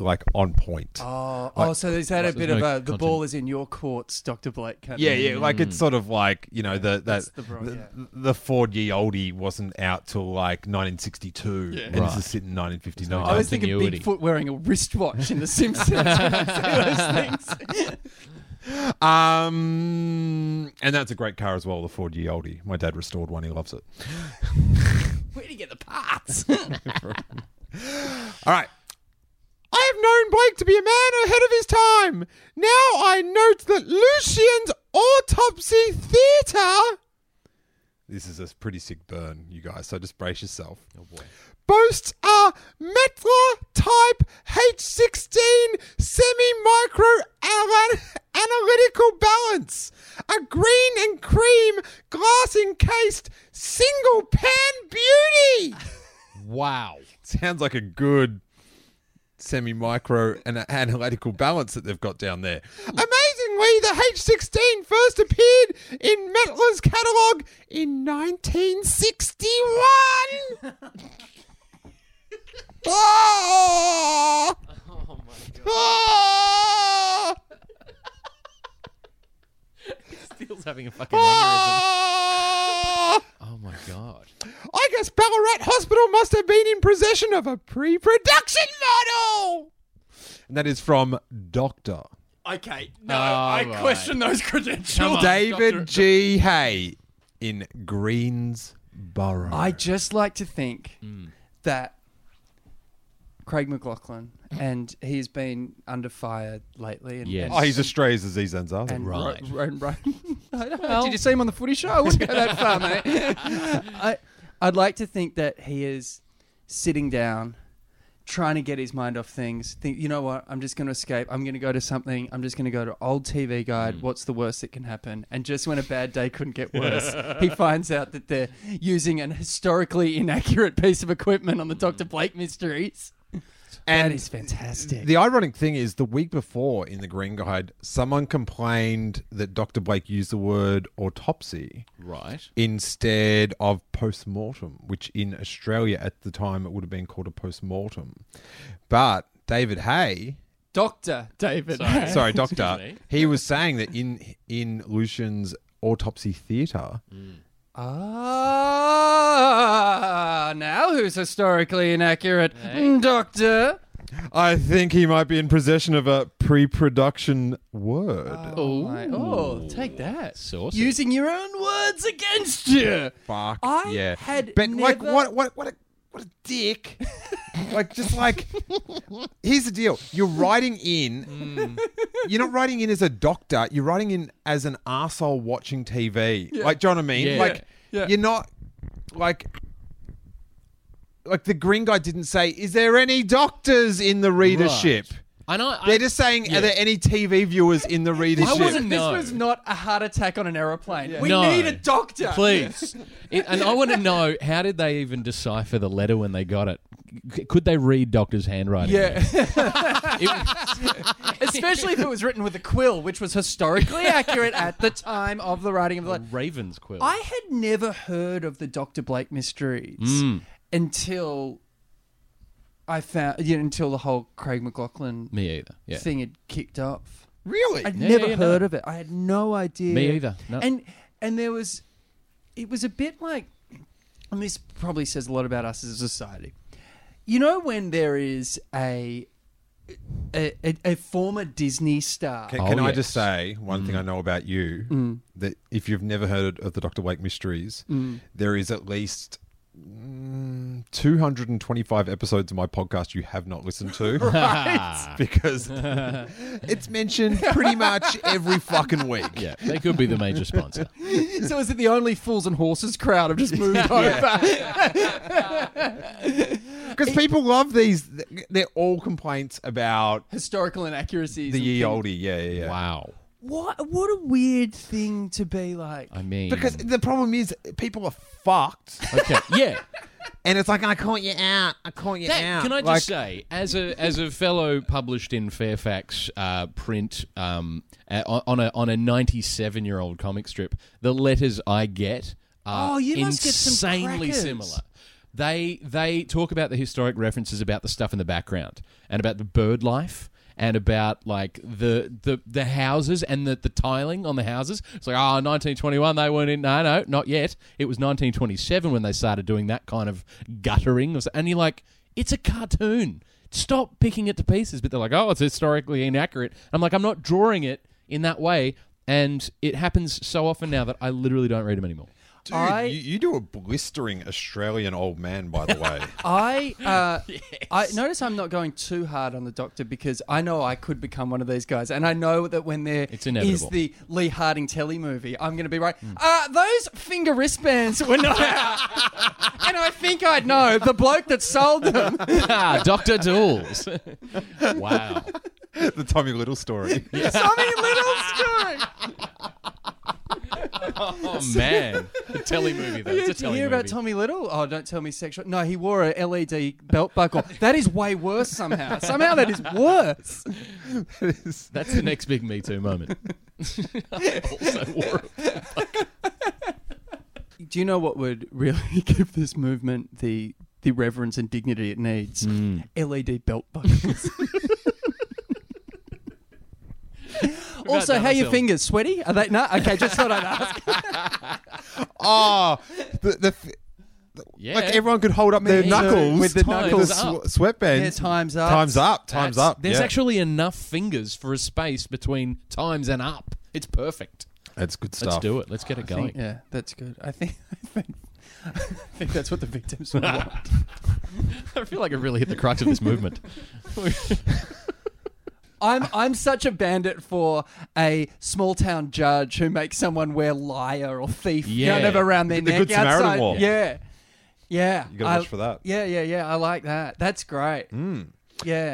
like on point.
Oh, oh, so there's had a
There's
bit
no
of a the
content.
ball is in your courts, Doctor Blake. kind of-
yeah, yeah, like it's sort of like you know the that
Mm. the
the,
bro- yeah.
the, Ford Ye Oldie wasn't out till like 1962, and
Right.
this is sitting in
no-
I
1959.
always think of
Continuity.
Bigfoot wearing a wristwatch in The Simpsons. when I see those things.
Um, and that's a great car as well, the Ford Ye Oldie. My dad restored one; he loves it.
Where do you get the parts?
All right. I have known Blake to be a man ahead of his time. Now I note that Lucian's autopsy theatre. This is a pretty sick burn, you guys, so just brace yourself. Oh boy. Boasts a Metla type H16 semi micro analytical balance, a green and cream glass encased single pan beauty.
Wow.
Sounds like a good semi micro and analytical balance that they've got down there. Amazingly, the H16 first appeared in Metler's catalogue in 1961. oh! Oh!
Steele's having a fucking aneurysm.
Oh!
Oh my god.
I guess Ballarat Hospital must have been in possession of a pre production model! And that is from Doctor
okay, no,
All
I
right.
question those credentials.
David G. Hay in Greensboro.
I just like to think
Hmm.
that Craig McLaughlin, and he's been under fire lately. And,
Yes.
oh, he's Australia's Aziz Ansari.
and
Right.
Ro- Ro- Ro- I don't know. Did you see him on the footy show? I wouldn't go that far, mate. I, I'd like to think that he is sitting down, trying to get his mind off things. Think, you know what? I'm just going to escape. I'm going to go to something. I'm just going to go to old TV guide. What's the worst that can happen? And just when a bad day couldn't get worse, he finds out that they're using an historically inaccurate piece of equipment on the Dr. Blake mysteries. that is fantastic.
The ironic thing is, the week before in the Green Guide, someone complained that Dr. Blake used the word autopsy
Right.
instead of postmortem, which in Australia at the time it would have been called a postmortem. But David Hay,
Dr. David.
Sorry.
sorry,
me.
doctor, he was saying that in in Lucian's autopsy theatre,
Ah, now who's historically inaccurate? Doctor.
I think he might be in possession of a pre-production word.
Oh, my- oh, take that.
Saucy.
Using your own words against you.
Fuck
I
yeah!
had
but like,
never-
what, what, what a, what a dick! like, just like, here's the deal: you're writing in.
Mm.
You're not writing in as a doctor. You're writing in as an arsehole watching TV. Like, do you know what I mean?
Yeah.
Like,
Yeah.
you're not like. Like the green guy didn't say, "Is there any doctors in the readership?"
I know. I,
They're just saying, "Are there any TV viewers in the readership?"
I wasn't-
This
No.
was not a heart attack on an aeroplane. We
No.
need a doctor.
Please. It- and I want to know how did they even decipher the letter when they got it? C- Could they read doctor's handwriting?
Yeah.
It-
Especially if it was written with a quill, which was historically accurate at the time of the writing
Oh.
of the letter.
Raven's quill.
I had never heard of the Dr. Blake mysteries
Hmm.
until I found, you know, until the whole Craig McLaughlin
Me either. Yeah.
thing had kicked off.
really.
I'd
Yeah,
never
yeah, no.
heard of it. I had no idea.
Me either, no.
And and there was it was a bit like, and this probably says a lot about us as a society. You know when there is a a, a, a former Disney star.
Can,
Oh,
can I
yes. Mm.
just say one thing I know about you that if you've never heard of the Doctor Wake mysteries,
Mm.
there is at least mm, 225 episodes of my podcast you have not listened to
Ah.
because it's mentioned pretty much every fucking week.
yeah, they could be the major sponsor.
so is it the only fools and horses crowd have just moved over?
Because people love these. They're all complaints about
Historical inaccuracies.
the
and
ye
things.
olde. Yeah, yeah, yeah.
Wow.
What what a weird thing to be like.
I mean,
Because the problem is people are fucked,
okay, yeah.
and it's like I caught you out. I caught you
That-
out.
can I
Like-
just say, as a as a fellow published in Fairfax uh, print um, a- on a on a ninety seven year old comic strip, the letters I get are
Oh, you must get some
insanely
crackers.
similar. They they talk about the historic references about the stuff in the background and about the bird life and about like the the, the houses and the, the tiling on the houses. It's like, ah, 1921 they weren't in no no, not yet. It was 1927 when they started doing that kind of guttering. And you're like, it's a cartoon. Stop picking it to pieces. But they're like, oh, it's historically inaccurate. I'm like, I'm not drawing it in that way. And it happens so often now that I literally don't read them anymore.
Dude,
I-
you, you do a blistering Australian old man, by the way.
I uh, I notice I'm not going too hard on the doctor because I know I could become one of these guys, and I know that when there
It's
is
inevitable. Hmm.
the Lee Harding telly movie, I'm going to be right. Uh, those finger wristbands were not out, and I think I'd know the bloke that sold them.
ah, Dr. Duels. wow.
the Tommy Little story.
Tommy Little story.
Oh, man. The telly movie, though.
You
It's a
did you
telly
hear
movie.
about Tommy Little? Oh, don't tell me sexual. No, he wore a LED belt buckle. That is way worse somehow. Somehow that is worse.
That's the next big Me Too moment. I also wore a-
Do you know what would really give this movement the the reverence and dignity it needs?
Hmm.
LED belt buckles.
done
also, how are your
ourselves.
fingers? Sweaty? Are they? No. Okay, just thought I'd ask.
oh, the, the, f-
Yeah.
like everyone could hold up their
Yeah.
knuckles
With the
with the
knuckles
sw-
up.
sweatband.
Yeah, time's up.
Times up. Times
That's-
up.
There's
yeah.
actually enough fingers for a space between times and up. It's perfect.
That's good stuff.
Let's do it. Let's get it
I think-
going.
yeah, that's good. I think. I think. I think that's what the victims would want.
I feel like I really hit the crux of this movement.
I'm I'm such a bandit for a small town judge who makes someone wear liar or thief
Yeah.
kind of around their
The
neck
Good Samaritan
outside.
law.
Yeah, yeah.
You gotta
I-
watch for that.
Yeah, yeah, yeah. I like that. That's great. Yeah.
Mm.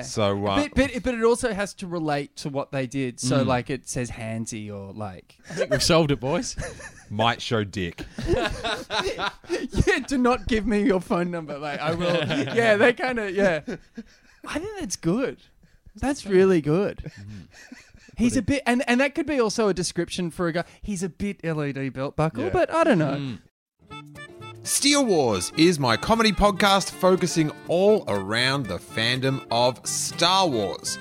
So, uh, Mm.
but, but but it also has to relate to what they did. So like it says handsy or like
We've solved it, boys.
might show dick.
yeah. Do not give me your phone number. Like I will. yeah. They kind of yeah. I think that's good. That's really good.
Mm.
He's a bit, and, and that could be also a description for a guy. He's a bit LED belt buckle,
Yeah. Mm.
but I don't know.
Steel Wars is my comedy podcast focusing all around the fandom of Star Wars.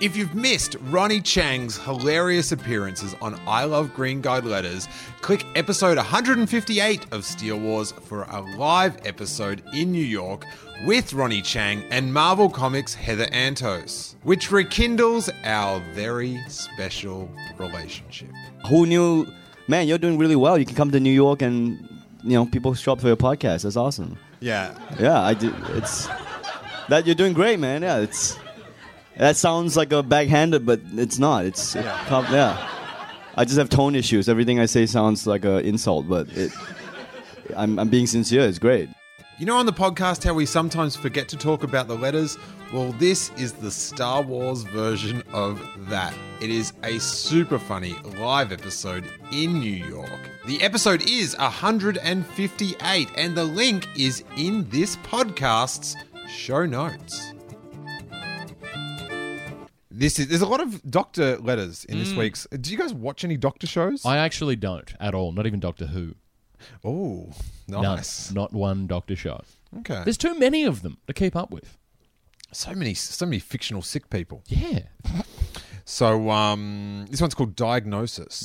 If you've missed Ronnie Chang's hilarious appearances on I Love Green Guide Letters, click episode 158 of Steel Wars for a live episode in New York with Ronnie Chang and Marvel Comics Heather Antos, which rekindles our very special relationship.
who knew man you're doing really well you can come to new york and you know people shop for your podcast that's awesome
Yeah,
yeah i do it's that you're doing great man yeah it's that sounds like a backhanded but it's not it's it
Yeah.
com- yeah. i just have tone issues everything i say sounds like an insult but it I'm, I'm being sincere it's great
You know on the podcast how we sometimes forget to talk about the letters? Well, this is the Star Wars version of that. It is a super funny live episode in New York. The episode is 158, and the link is in this podcast's show notes. This is there's a lot of doctor letters in this week's. Do you guys watch any doctor shows?
Mm. I actually don't at all. Not even Doctor Who.
oh,
None.
nice.
Not one Doctor show.
Okay.
There's too many of them to keep up with.
so many so many fictional sick people.
Yeah.
So um, this one's called Diagnosis.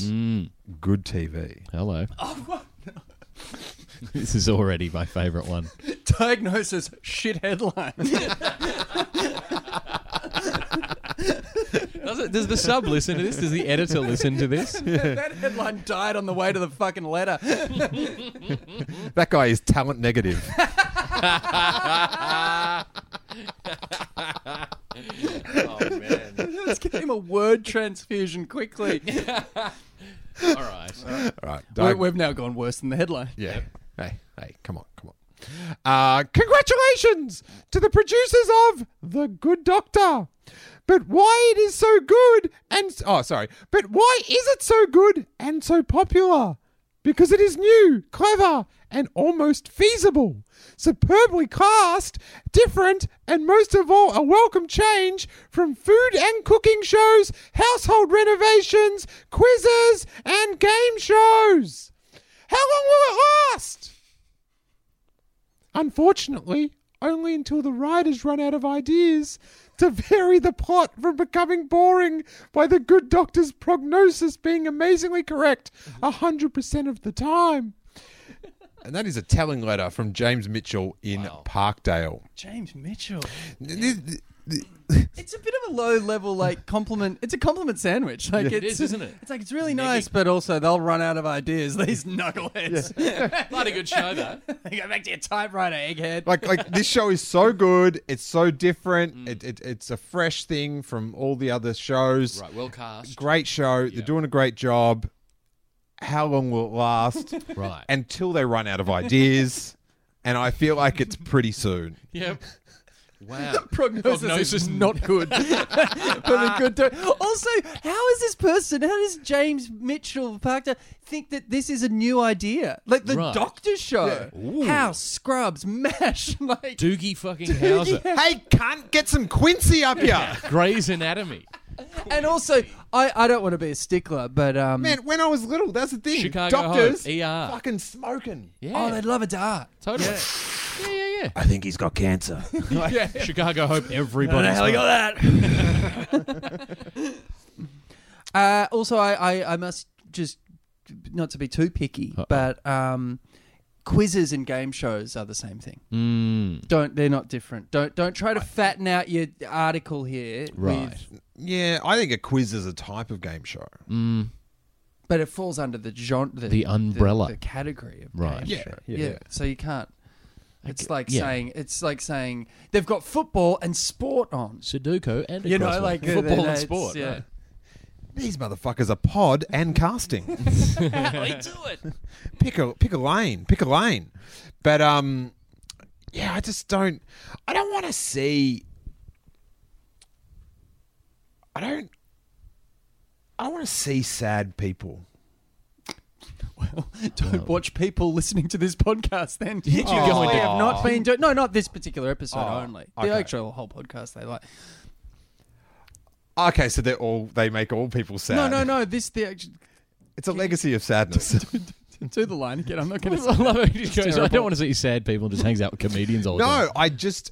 Good TV.
Hello. This is already my favourite one.
Diagnosis shit headline.
Does, it, does the sub listen to this? Does the editor listen to this?
that headline died on the way to the fucking letter.
That guy is talent negative.
Let's give him a word transfusion quickly.
All right.
All right.
we,
Diag-
we've now gone worse than the headline.
yeah. Hey, hey, come on, come on. Uh, congratulations to the producers of The Good Doctor. But why it is so good and oh sorry, but why is it so good and so popular? Because it is new, clever, and almost feasible. Superbly cast, different, and most of all, a welcome change from food and cooking shows, household renovations, quizzes, and game shows. How long will it last? Unfortunately, only until the writers run out of ideas to vary the plot from becoming boring by the good doctor's prognosis being amazingly correct 100% of the time. And that is a telling letter from James Mitchell in Parkdale.
James Mitchell.
Th- th- th-
It's a bit of a low level like compliment. It's a compliment sandwich. Like it's,
is, isn't it?
It's like it's really nice, but also they'll run out of ideas. These knuckleheads.
Bloody good show, though.
they go back to your typewriter, egghead.
Like, like this show is so good. It's so different. It, it, it's a fresh thing from all the other shows.
Right, well cast.
Great show. They're doing a great job. How long will it last?
Right.
Until they run out of ideas. and I feel like it's pretty soon.
Yep. Wow.
prognosis,
Prognosis
is not good for the good doc- Also, how is this person, how does James Mitchell Parker think that this is a new idea? Like the
Right.
Doctor Show, House, Scrubs, Mash, like
Doogie fucking Howser.
Hey, cunt, get some Quincy up here.
Grey's Anatomy.
and also I, I don't want to be a stickler, but um,
Man, when I was little, that's the thing.
Chicago
Doctors,
Hope, ER.
fucking smoking.
Yeah.
oh, they'd love a dart.
totally. Yeah. Yeah, yeah,
I think he's got cancer.
Chicago Hope, everybody.
got that. uh, also, I, I, I must just not to be too picky, but um, quizzes and game shows are the same thing.
Mm.
Don't they're not different. Don't don't try to fatten out your article here.
Right.
with-
yeah, I think a quiz is a type of game show.
but it falls under the genre, the,
umbrella.
the, category of
Right.
game
Yeah,
show.
yeah, yeah.
So you can't. It's like
yeah.
saying it's like saying they've got football and sport on.
Sudoku and a
You know,
crossword.
like uh,
football and
it's-
sport.
Yeah.
right.
These motherfuckers are pod and casting. pick a pick a lane, pick a lane. But um, yeah, I just don't. I don't want to see. I don't. I want to see sad people.
Don't
Um,
watch people listening to this podcast. Then Oh. did you
go into-
have not been do- no, not this particular episode only. The
Oh. okay.
actual whole podcast they like.
Okay, so they're all they make all people sad.
No, no, no. This the actual.
It's a legacy of sadness.
Do the line again. I'm not going
I
to.
love it. He just goes, I don't want to see sad people and just hangs out with comedians all the time.
no, I just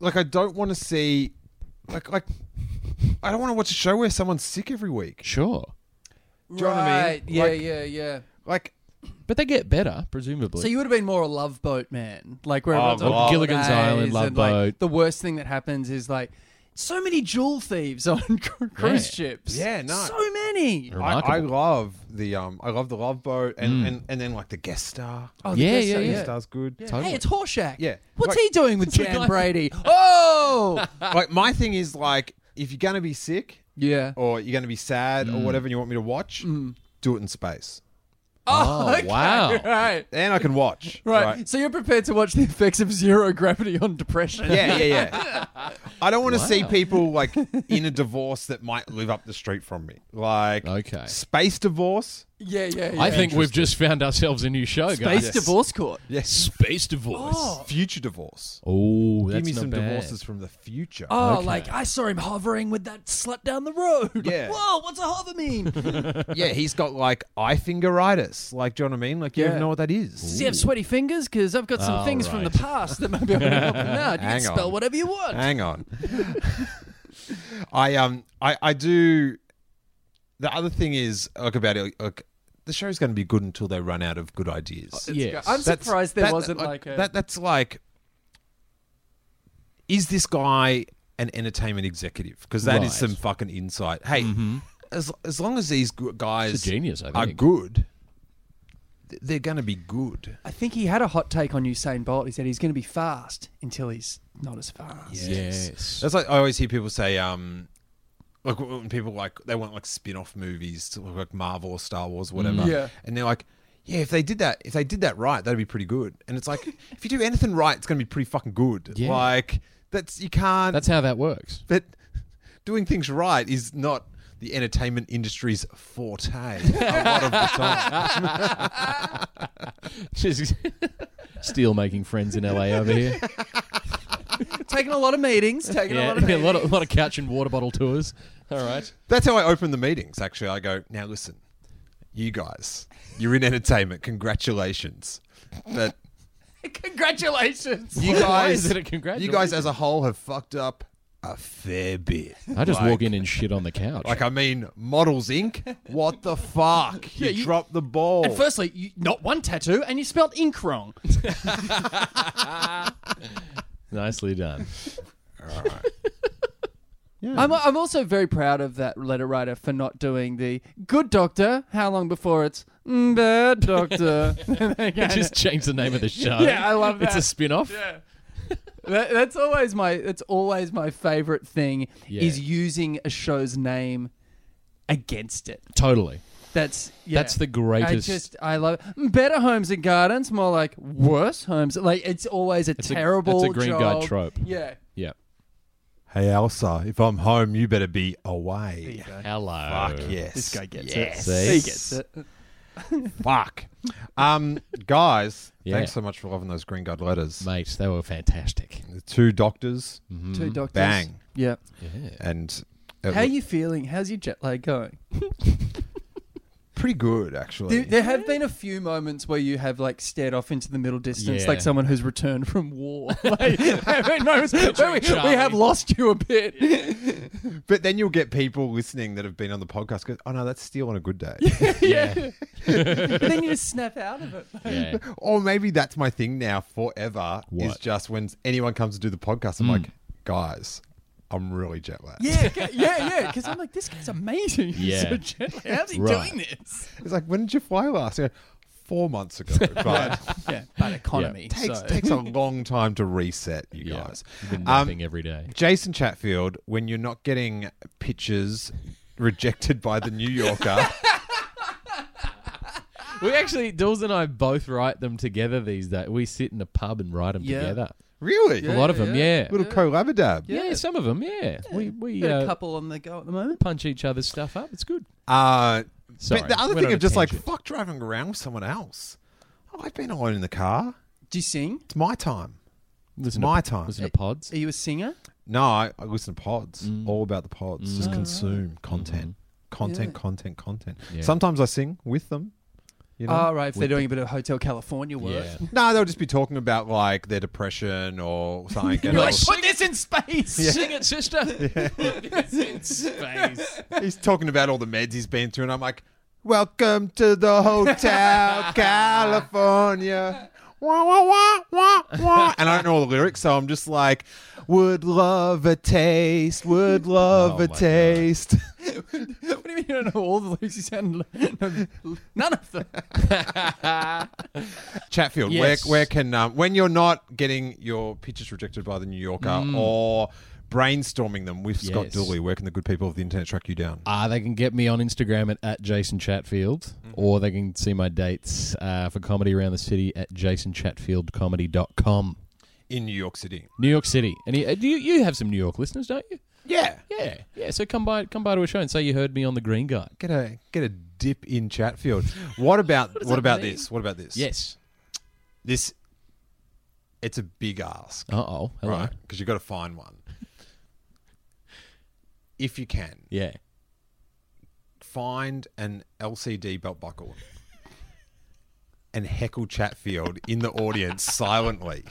like I don't want to see like like I don't want to watch a show where someone's sick every week.
Sure.
you know what I mean?
Right. Yeah,
Like-
yeah, yeah.
Like
But they get better, presumably.
So you would have been more a love boat man, like where everyone's
Love
on
Boat.
Gilligan's
holidays
Island, Love
and, like,
Boat.
the worst thing that happens is like so many jewel thieves on cru- cruise ships.
Yeah, no.
so many.
I,
Remarkable.
I love the um I love the love boat and, and, and then like the guest star.
Oh,
Yeah,
that's
yeah,
so-
yeah.
Guest star's good.
Totally.
Hey, it's Horshack.
Yeah.
What's
Like-
he doing with Jan
guy-
Brady? Oh,
like my thing is like if you're gonna be sick
yeah.
or you're gonna be sad
Mm.
or whatever and you want me to watch, do it in space.
Oh, wow.
Right.
Then I can watch.
Right. So you're prepared to watch the effects of zero gravity on depression?
Yeah, yeah, yeah. I don't want to see people like in a divorce that might live up the street from me. Like
Okay.
space divorce.
Yeah, yeah, yeah.
I think we've just found ourselves a new show,
Space
guys.
Divorce Court.
Yes.
Space divorce. Oh,
Future divorce.
that's
Give me
not
some
bad.
divorces from the future.
Oh,
Okay.
like I saw him hovering with that slut down the road.
Yeah.
Whoa, what's a hover mean? Does
Yeah, he's got like eye fingeritis. Like, do you know what I mean? Like, you
Yeah.
don't know what that is.
he have sweaty fingers? Because I've got some
Oh,
things from
right.
the past that might be able to help him out. You can
Hang on.
spell whatever you want.
Hang on. I um I I do. The other thing is like about like the show's going to be good until they run out of good ideas.
Yes. uh,
I'm
That's-
surprised there
that-
wasn't
that-
like a.
that. That's like, is this guy an entertainment executive? Because that is
Right.
some fucking insight. Hey,
Mm-hmm.
as as long as these gu- guys
He's a genius, I
are
think.
good, th- they're going to be good.
I think he had a hot take on Usain Bolt. He said he's going to be fast until he's not as fast.
Yes.
That's like I always hear people say, um, like when people like they want like spin-off movies to look like Marvel or Star Wars, or
Mm.
whatever.
Yeah.
and they're like. Yeah, if they did that, if they did that right, that'd be pretty good. And it's like, if you do anything right, it's going to be pretty fucking good.
Yeah.
Like that's you can't.
That's how that works.
but doing things right is not the entertainment industry's forte a lot of the time.
Just- Still making friends in LA over here.
Taking a lot of meetings. Taking a
Yeah,
lot of
a
meetings.
lot of, lot of couch and water bottle tours. All right.
That's how I open the meetings, actually. I go, now listen, you guys, you're in entertainment. Congratulations. But
Congratulations.
you
Why
guys,
is it a
you
congratulations?
guys as a whole have fucked up a fair bit.
I just
Like-
walk in and shit on the couch.
Like, I mean, Models Inc. What the fuck? You,
you-
dropped the ball.
And firstly, you, not one tattoo, and you spelled ink wrong.
Nicely done.
I'm, I'm also very proud of that letter writer for not doing the good doctor. How long before it's mm, bad doctor?
Just change the name of the show.
Yeah, I love
It's a
that.
spin off.
That- that's always my that's always my favorite thing
Yeah.
is using a show's name against it.
Totally.
That's yeah.
That's the greatest.
I just I love Mm, better homes and gardens. More like worse homes. Like it's always a
That's a-
terrible.
that's a green guy
job.
trope.
Yeah.
yeah.
hey, Elsa, if I'm home, you better be away.
Hello.
Fuck yes.
This guy gets
yes.
See?
it. He gets it.
Fuck. Um, guys,
Yeah.
thanks so much for loving those green guide letters.
Mates, they were fantastic.
The two doctors,
Two
Mm.
doctors.
bang,
Mm-hmm. Yeah.
and it
How are
looked
you feeling? How's your jet lag going?
pretty good
There,
actually.
there have been a few moments where you have like stared off into the middle distance,
Yeah.
like someone who's returned from war. like, having moments where we, we
Charlie.
have lost you a bit.
but then you'll get people listening that have been on the podcast. Go, oh no, that's still on a good day.
Yeah.
but then you just snap out of it.
yeah.
or maybe that's my thing now forever. Is
What? Hmm.
just when anyone comes to do the podcast, I'm like, guys, I'm really jet lagged.
Yeah, yeah, yeah. Because I'm like, this guy's amazing. He's
Yeah.
so jet- How's he
Right.
doing this?
It's like, when did you fly last? I go, Four months ago, but
Yeah, bad economy.
takes
so.
takes a long time to reset, you
Yeah.
guys.
You've been
Um,
napping every day.
Jason Chatfield, when you're not getting pictures rejected by the New Yorker,
We actually, Dills and I both write them together these days. We sit in a pub and write them
Yeah.
together.
really?
A lot of them, yeah.
Little collabadab.
Yeah, some of them, yeah. We, we
Got a
uh,
couple on the go at the moment.
punch each other's stuff up. It's good.
Uh,
Sorry,
but the other
went
thing
on
of
a
just like
tangent.
fuck driving around with someone else. Oh, I've been alone in the car.
Do you sing?
It's my time.
Listen
my
to,
time.
Listen to pods.
Are you a singer?
No, I, I listen to pods.
Mm.
All about the pods. Just consume content, content,
Yeah.
content, content.
Mm-hmm. Yeah.
Sometimes I sing with them. You know.
oh, right. If they're doing a bit of Hotel California work.
Yeah.
no, they'll just be talking about like their depression or something. and
You're like,
I'll-
put this in space.
Sing it, sister. It's in space.
he's talking about all the meds he's been through, and I'm like, "Welcome to the hotel, California." Wah, wah, wah, wah, wah. And I don't know all the lyrics, so I'm just like, "Would love a taste, would love
Oh
a
my
taste."
What do you mean you don't know all the lyrics? You sound no, none of them.
Chatfield,
Yes.
where where can um, when you're not getting your pictures rejected by the New Yorker or brainstorming them with Scott
Mm. Yes.
Dooley, where can the good people of the internet track you down?
Uh, they can get me on Instagram at, at Jason Chatfield, or they can see my dates uh, for comedy around the city at jasonchatfieldcomedy.com.
In New York City,
New York City. And you, you, you have some New York listeners, don't you?
yeah.
Yeah. Yeah, so come by come by to a show and say you heard me on The Green Guy.
Get a get a dip in Chatfield. What about what,
that
about
mean?
this? What about this?
Yes.
this it's a big ask
Uh-oh. Hello.
right because you've got to find one if you can
Yeah.
find an lcd belt buckle and heckle chatfield in the audience silently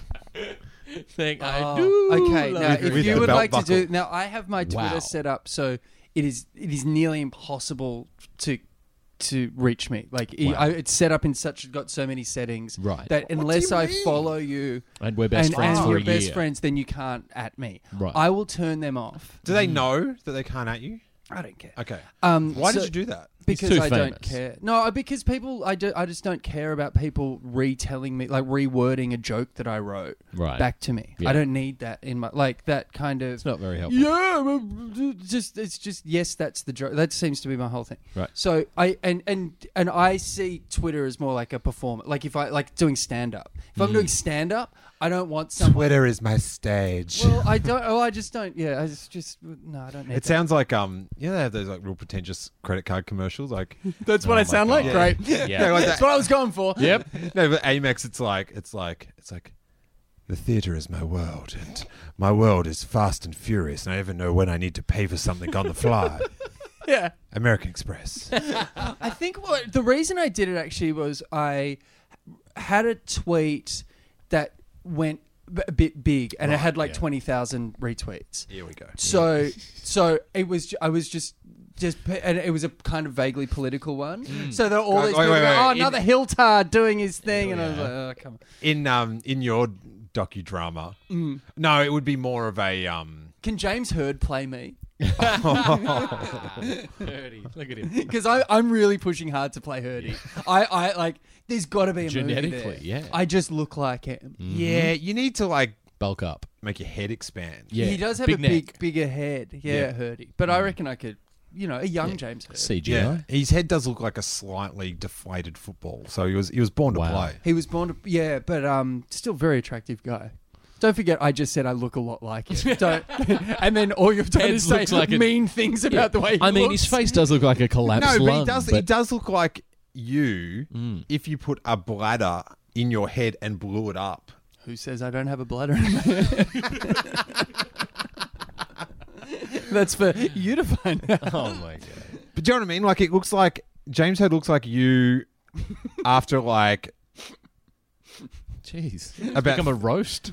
Thank I do.
Oh, okay, now
it.
if
With
you
the
would
belt
like to do
buckle.
now, I have my Twitter
Wow.
set up so it is it is nearly impossible to to reach me. Like it- I, it's set up in such got so many settings
Right.
that unless
you
I
mean?
follow you
And we're best
and,
friends
and
for
you're
a
best
year.
friends, then you can't at me.
Right.
I will turn them off.
Do they know that they can't at you?
I don't care.
Okay.
Um,
Why
so-
did you do that?
Because
too
I don't
famous.
care. No, I- because people, I, do, I just don't care about people retelling me, like rewording a joke that I wrote
Right.
back to me.
Yeah.
I don't need that in my, like that kind of. It's
not very helpful.
Yeah, well, just it's just yes, that's the joke. That seems to be my whole thing.
Right.
So I and and and I see Twitter as more like a performer. Like if I like doing stand up. If
Mm.
I'm doing stand up, I don't want someone.
Twitter is my stage.
Well, I don't. Oh, I just don't. Yeah, I just, just no, I don't need.
it
that.
sounds like um, you know, they have those like real pretentious credit card commercials. Like,
That's what I sound like. Great.
Oh Yeah.
No, like
That's
that-
what I was going for.
Yep.
no, but Amex, it's like, it's like, it's like, the theater is my world, and my world is fast and furious, and I never know when I need to pay for something on the fly.
Yeah.
American Express.
I think what the reason I did it actually was I had a tweet that went b- a bit big and it had like
yeah.
20,000 retweets.
Here we go.
So so it was ju- I was just just p- and it was a kind of vaguely political one. So there were all
Wait,
these
Mm. wait,
people
wait,
going,
wait.
oh
In-
another Hiltard doing his thing and I was like oh come on.
In um, in your docudrama, no, it would be more of a um.
Can James Hurd play me?
Dirty. Look at him.
Because I'm really pushing hard to play Hurdy. I, I like. There's got to be a
Genetically,
movie there.
yeah.
I just look like him.
Yeah, you need to like
Bulk up.
make your head expand.
Yeah.
He does have
Big
a
neck.
big, bigger head. Yeah,
Yeah. Mm.
Hurdy. But I reckon I could, you know, a young James Hurdy.
CGI.
Yeah, his head does look like a slightly deflated football. So he was he was born to
Wow.
play.
He was born to, yeah, but um, still very attractive guy. Don't forget, I just said I look a lot like him. Don't, and then all you've done
Head
is say
looks like a-
mean things about the way. He
I mean,
looks.
his face does look like a collapsed
no, but he
lung,
does. He
but-
does look like you if you put a bladder in your head and blew it up.
Who says I don't have a bladder? in my head? That's for you to find out.
Oh my god.
But do you know what I mean? Like it looks like James Head looks like you after like
Jeez.
About-
become a roast.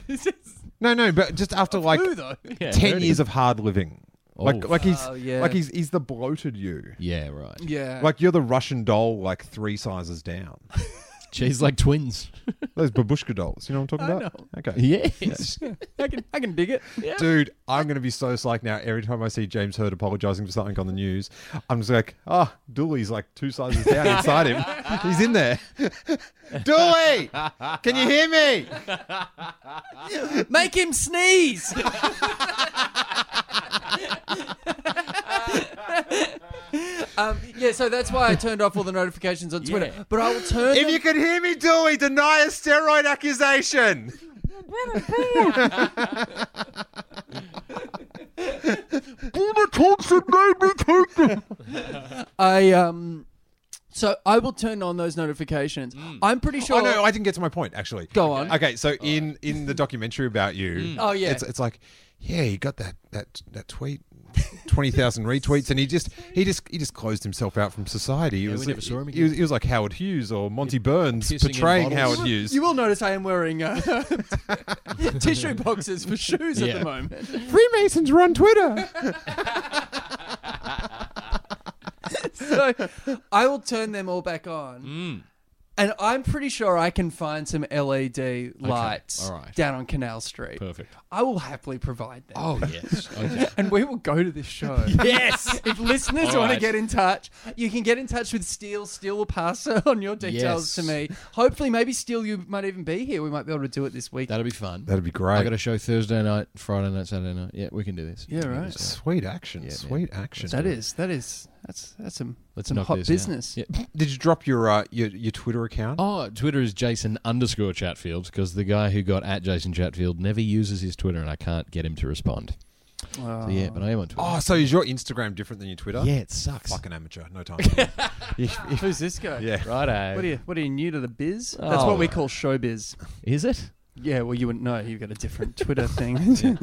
no no, but just after like
Who though?
Yeah,
ten
dirty.
years of hard living. Like
Oh,
like he's
Oh, yeah.
like he's he's the bloated you.
Yeah, right.
Yeah.
Like you're the Russian doll, like three sizes down.
She's like twins.
Those babushka dolls. You know what I'm talking
I
about? Okay.
Yes.
I can, I can dig it. Yeah.
Dude, I'm going to be so psyched now. Every time I see James Hurd apologizing for something on the news, I'm just like, ah, Dooley's like two sizes down inside him. He's in there. Dooley, can you hear me?
Make him sneeze. um, yeah, so that's why I turned off all the notifications on Twitter.
Yeah.
But I will turn.
If
them-
you can hear me, Dooley, deny a steroid accusation.
I um, so I will turn on those notifications.
Mm.
I'm pretty sure.
Oh no, I didn't get to my point actually.
Go on.
Okay, so in in the documentary about you,
Mm.
Oh, yeah.
it's, it's like, yeah, he got that that that tweet, twenty thousand retweets, and he just he just he just closed himself out from society. He was
we never saw him
he
again.
was, he was like Howard Hughes or Monty Burns
pissing in
portraying
bottles.
Howard Hughes.
you will notice I am wearing uh, tissue boxes for shoes at
Yeah.
the moment.
Freemasons run Twitter.
so I will turn them all back on.
Mm.
And I'm pretty sure I can find some LED lights
all right.
down on Canal Street.
Perfect.
I will happily provide them.
Oh yes. Okay.
And we will go to this show.
yes.
If listeners
All
want to
right.
get in touch, you can get in touch with Steele. Steele will pass on your details
Yes.
to me. Hopefully, maybe Steele, you might even be here. We might be able to do it this week.
That'll be fun.
That'd be
I got
great.
a show Thursday night, Friday night, Saturday night. Yeah, we can do this.
Yeah,
We can do
right.
this.
Sweet action.
Yeah, man.
sweet action.
That is, that is, that's that's some
Let's
some
knock
hot
this out.
business.
Yeah.
Did you drop your uh, your, your Twitter account?
Oh, Twitter is Jason underscore Chatfield because the guy who got at Jason Chatfield never uses his Twitter, and I can't get him to respond. So, yeah, but I am on Twitter.
Oh, so is your Instagram different than your Twitter?
yeah, it sucks.
Fucking amateur. No time. for me. If- if-
Who's this guy?
yeah.
Righto.
What are you? What are you new to the biz? That's
Oh.
what we call showbiz.
Is it?
Yeah, well, you wouldn't know. You've got a different Twitter thing.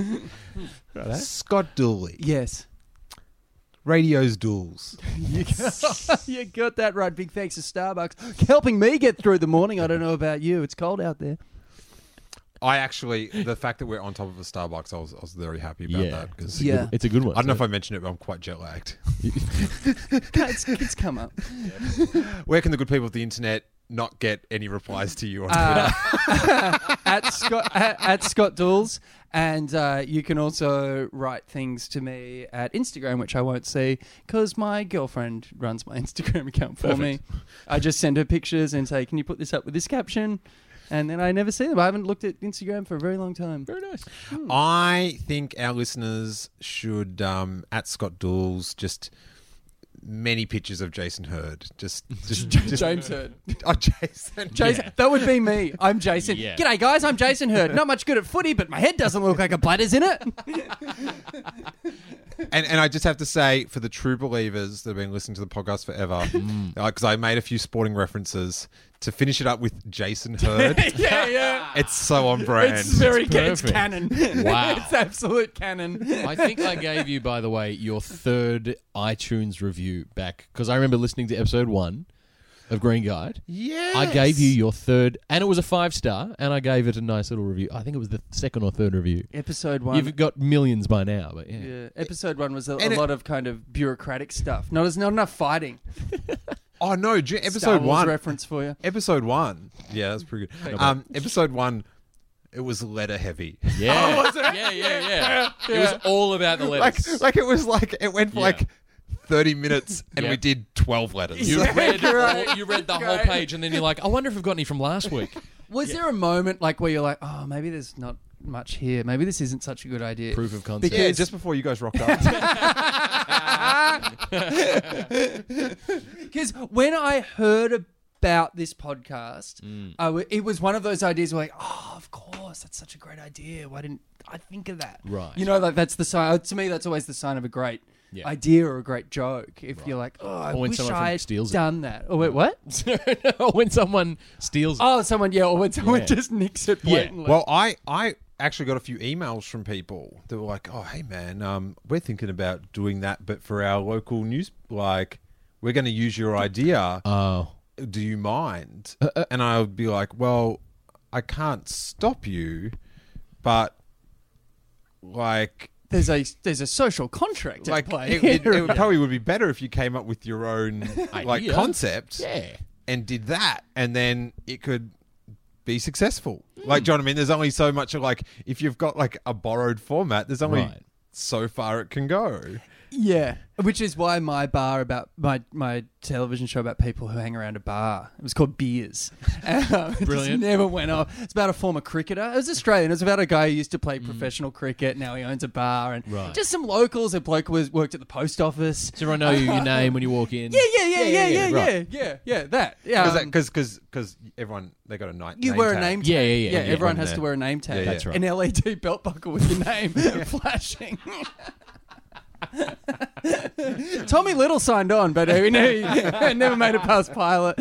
Scott Dooley.
yes.
Radio's duels.
You got, you got that right. Big thanks to Starbucks helping me get through the morning. I don't know about you. It's cold out there.
I actually, the fact that we're on top of a Starbucks, I was, I was very happy about
yeah,
that because
It's a good-
Yeah.
it's a good one.
I don't know if I mentioned it, but I'm quite jet lagged.
Kids, kids come up.
Where can the good people of the internet not get any replies to you on
Uh,
Twitter?
at Scott at, at Scott Dools, and uh, you can also write things to me at Instagram, which I won't see because my girlfriend runs my Instagram account for me. I just send her pictures and say, "Can you put this up with this caption?" And then I never see them. I haven't looked at Instagram for a very long time.
Very nice.
I think our listeners should, um, at Scott Dools, just many pictures of Jason Hurd. Just, just, just
James Hurd.
Oh, Jason.
Jason, that would be me. I'm Jason.
Yeah.
G'day, guys. I'm Jason Hurd. Not much good at footy, but my head doesn't look like a bladder's in it.
And, and I just have to say, for the true believers that have been listening to the podcast forever,
Mm.
because I made a few sporting references, to finish it up with Jason Hurd,
yeah, yeah.
it's so on brand.
It's very it's
perfect.
canon.
Wow.
it's absolute canon.
I think I gave you, by the way, your third iTunes review back because I remember listening to episode one of Green Guide.
Yes.
I gave you your third, and it was a five star, and I gave it a nice little review. I think it was the second or third review.
Episode one.
You've got millions by now, but yeah.
Yeah, episode one was a, a
And it-
lot of kind of bureaucratic stuff. Not as not enough fighting.
Oh no, ju- episode
Star Wars
one.
reference for you.
episode one. Yeah, that's pretty good. Um, episode one. It was letter heavy.
Yeah. yeah, yeah, yeah. It was all about the letters.
Like, like it was like it went for
Yeah.
like thirty minutes, and
Yeah.
we did twelve letters.
you read,
Right.
all, you read the whole
Right.
page, and then you're like, I wonder if we've got any from last week.
Was there a moment like where you're like, oh, maybe there's not much here. Maybe this isn't such a good idea.
Proof of concept.
yeah, just before you guys rocked up.
Because when I heard about this podcast,
Mm.
I w- it was one of those ideas where like, oh, of course, that's such a great idea. Why didn't I think of that?
Right.
You know, like that's the sign. To me, that's always the sign of a great
Yeah.
idea or a great joke. If you're like, oh, I
Or when
wish
someone
I
steals
had
it.
done that. Oh wait, what?
when someone steals.
Oh, someone, yeah, or when someone
Yeah.
just nicks it
Yeah.
blatantly.
Well, I I actually got a few emails from people that were like, "Oh, hey man, um, we're thinking about doing that, but for our local news, like, we're going to use your idea.
oh.
Do you mind?" and I would be like, "Well, I can't stop you, but like."
there's a there's a social contract
Like
at play.
it, it, it probably would be better if you came up with your own like
Idea.
concept
Yeah.
and did that, and then it could be successful. Like, John, I mean, there's only so much of like if you've got like a borrowed format, there's only
Right.
so far it can go.
yeah, which is why my bar about my my television show about people who hang around a bar. It was called Beers. Um, it
Brilliant.
Just never went off. It's about a former cricketer. It was Australian. It was about a guy who used to play professional cricket. Now he owns a bar and
Right.
just some locals. A bloke was worked at the post office.
Does everyone know your name when you walk in?
Yeah, yeah, yeah, yeah, yeah, yeah, yeah,
right.
yeah, That yeah. um,
Because because because everyone they got a night.
You
name
wear a
tag.
name tag.
Yeah, yeah, yeah, yeah.
everyone
Yeah.
has to wear a name tag.
Yeah, yeah. That's
right.
An LED belt buckle with your name flashing. Tommy Little signed on, but he, he never made it past pilot.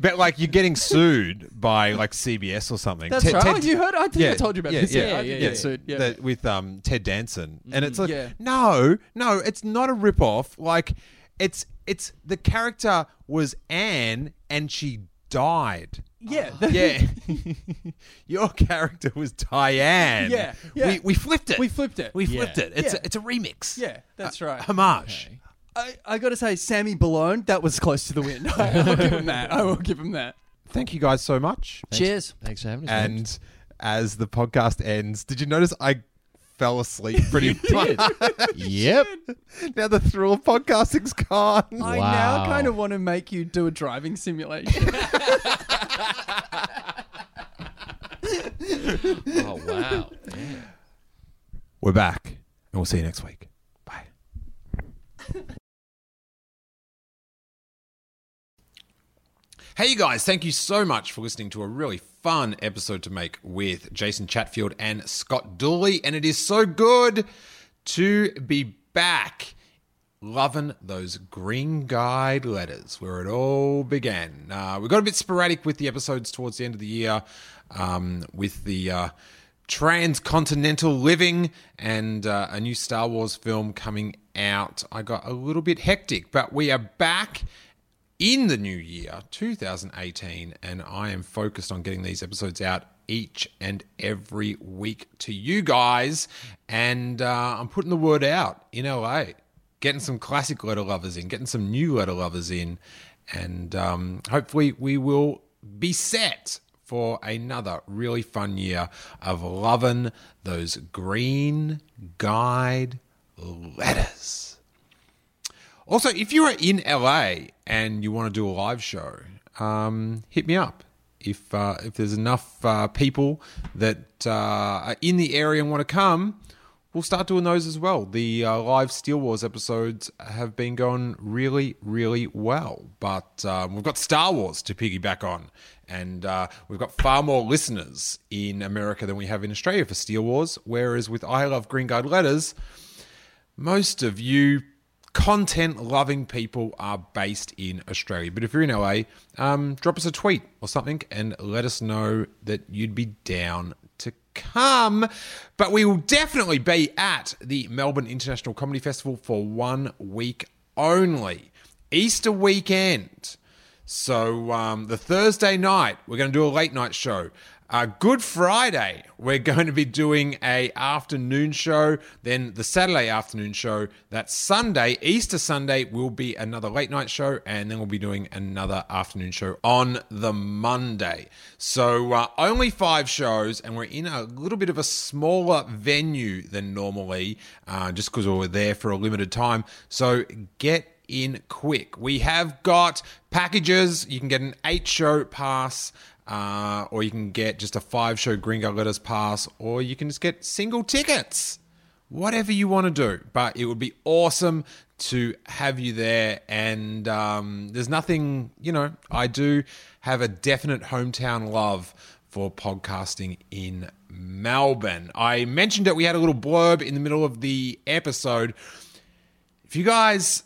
But like you're getting sued by like CBS or something.
That's
Ted-
right.
Ted-
oh, you heard? I think I told you about this.
yeah,
I
yeah,
did
yeah,
get
yeah.
sued, yeah. Mm-hmm.
The- with um, Ted Danson, and it's like,
Yeah.
no, no, it's not a ripoff. Like, it's it's the character was Anne, and she died.
Yeah, the-
Yeah, your character was Diane.
Yeah, yeah.
We, we flipped it.
we flipped it.
We flipped it. It's
Yeah.
a, it's a remix. Uh,
yeah, that's right.
homage.
I, I got to say, Sammy Balone, that was close to the win. I'll give him that. I will give him that.
Thank you guys so much.
Cheers.
Thanks for having us. man.
And as the podcast ends, did you notice I fell asleep pretty much?
yep.
now the thrill of podcasting's gone.
I now
Wow.
kind of want to make you do a driving simulation. Uh,
Oh wow.
We're back, and we'll see you next week. Bye. Hey, you guys, thank you so much for listening to a really fun episode to make with Jason Chatfield and Scott Dooley. And it is so good to be back. Loving those green guide letters where it all began. Uh, we got a bit sporadic with the episodes towards the end of the year um, with the uh, transcontinental living and uh, a new Star Wars film coming out. I got a little bit hectic, but we are back in the new year, 2018, and I am focused on getting these episodes out each and every week to you guys. And uh, I'm putting the word out in LA, getting some classic letter lovers in, getting some new letter lovers in, and um, hopefully we will be set for another really fun year of loving those green guide letters. Also, if you are in LA and you want to do a live show, um, hit me up. If uh, if there's enough uh, people that uh, are in the area and want to come, we'll start doing those as well. The uh, live Steel Wars episodes have been going really, really well, but um, we've got Star Wars to piggyback on, and uh, we've got far more listeners in America than we have in Australia for Steel Wars. Whereas with I Love Green Guide Letters, most of you content loving people are based in Australia. But if you're in LA, um, drop us a tweet or something and let us know that you'd be down to come. But we will definitely be at the Melbourne International Comedy Festival for one week only, Easter weekend. So um, the Thursday night, we're going to do a late night show. Uh, Good Friday, we're going to be doing a afternoon show. Then the Saturday afternoon show. That Sunday, Easter Sunday, will be another late night show, and then we'll be doing another afternoon show on the Monday. So uh, only five shows, and we're in a little bit of a smaller venue than normally, uh, just because we were there for a limited time. So get in quick. We have got packages. You can get an eight show pass, uh, or you can get just a five show Gringo Letters pass, or you can just get single tickets. Whatever you want to do, but it would be awesome to have you there. And um, there's nothing, you know, I do have a definite hometown love for podcasting in Melbourne. I mentioned it, we had a little blurb in the middle of the episode. If you guys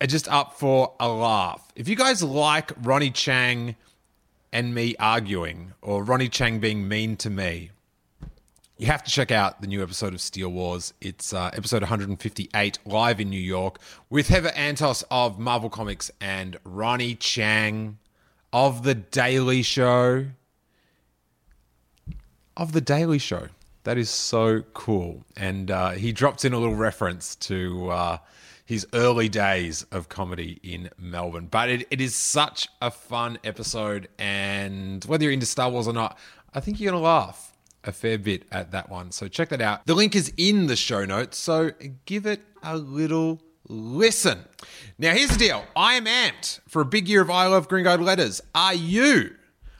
are just up for a laugh. If you guys like Ronnie Chang and me arguing, or Ronnie Chang being mean to me, you have to check out the new episode of Steel Wars. It's uh, episode 158, live in New York, with Heather Antos of Marvel Comics and Ronnie Chang of The Daily Show. Of The Daily Show. That is so cool. And uh, he drops in a little reference to. Uh, his early days of comedy in Melbourne. But it, it is such a fun episode. And whether you're into Star Wars or not, I think you're going to laugh a fair bit at that one. So check that out. The link is in the show notes. So give it a little listen. Now, here's the deal I am amped for a big year of I Love Green Guide letters. Are you?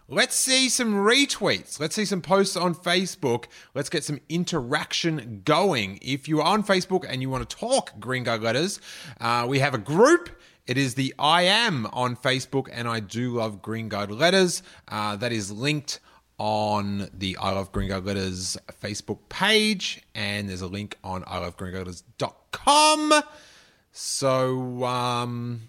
Let's see some retweets. Let's see some posts on Facebook. Let's get some interaction going. If you are on Facebook and you want to talk Green Guide Letters, uh, we have a group. It is the I Am on Facebook, and I do love Green Guide Letters. Uh, that is linked on the I Love Green Guide Letters Facebook page, and there's a link on I Love Green Guide Letters.com. So um,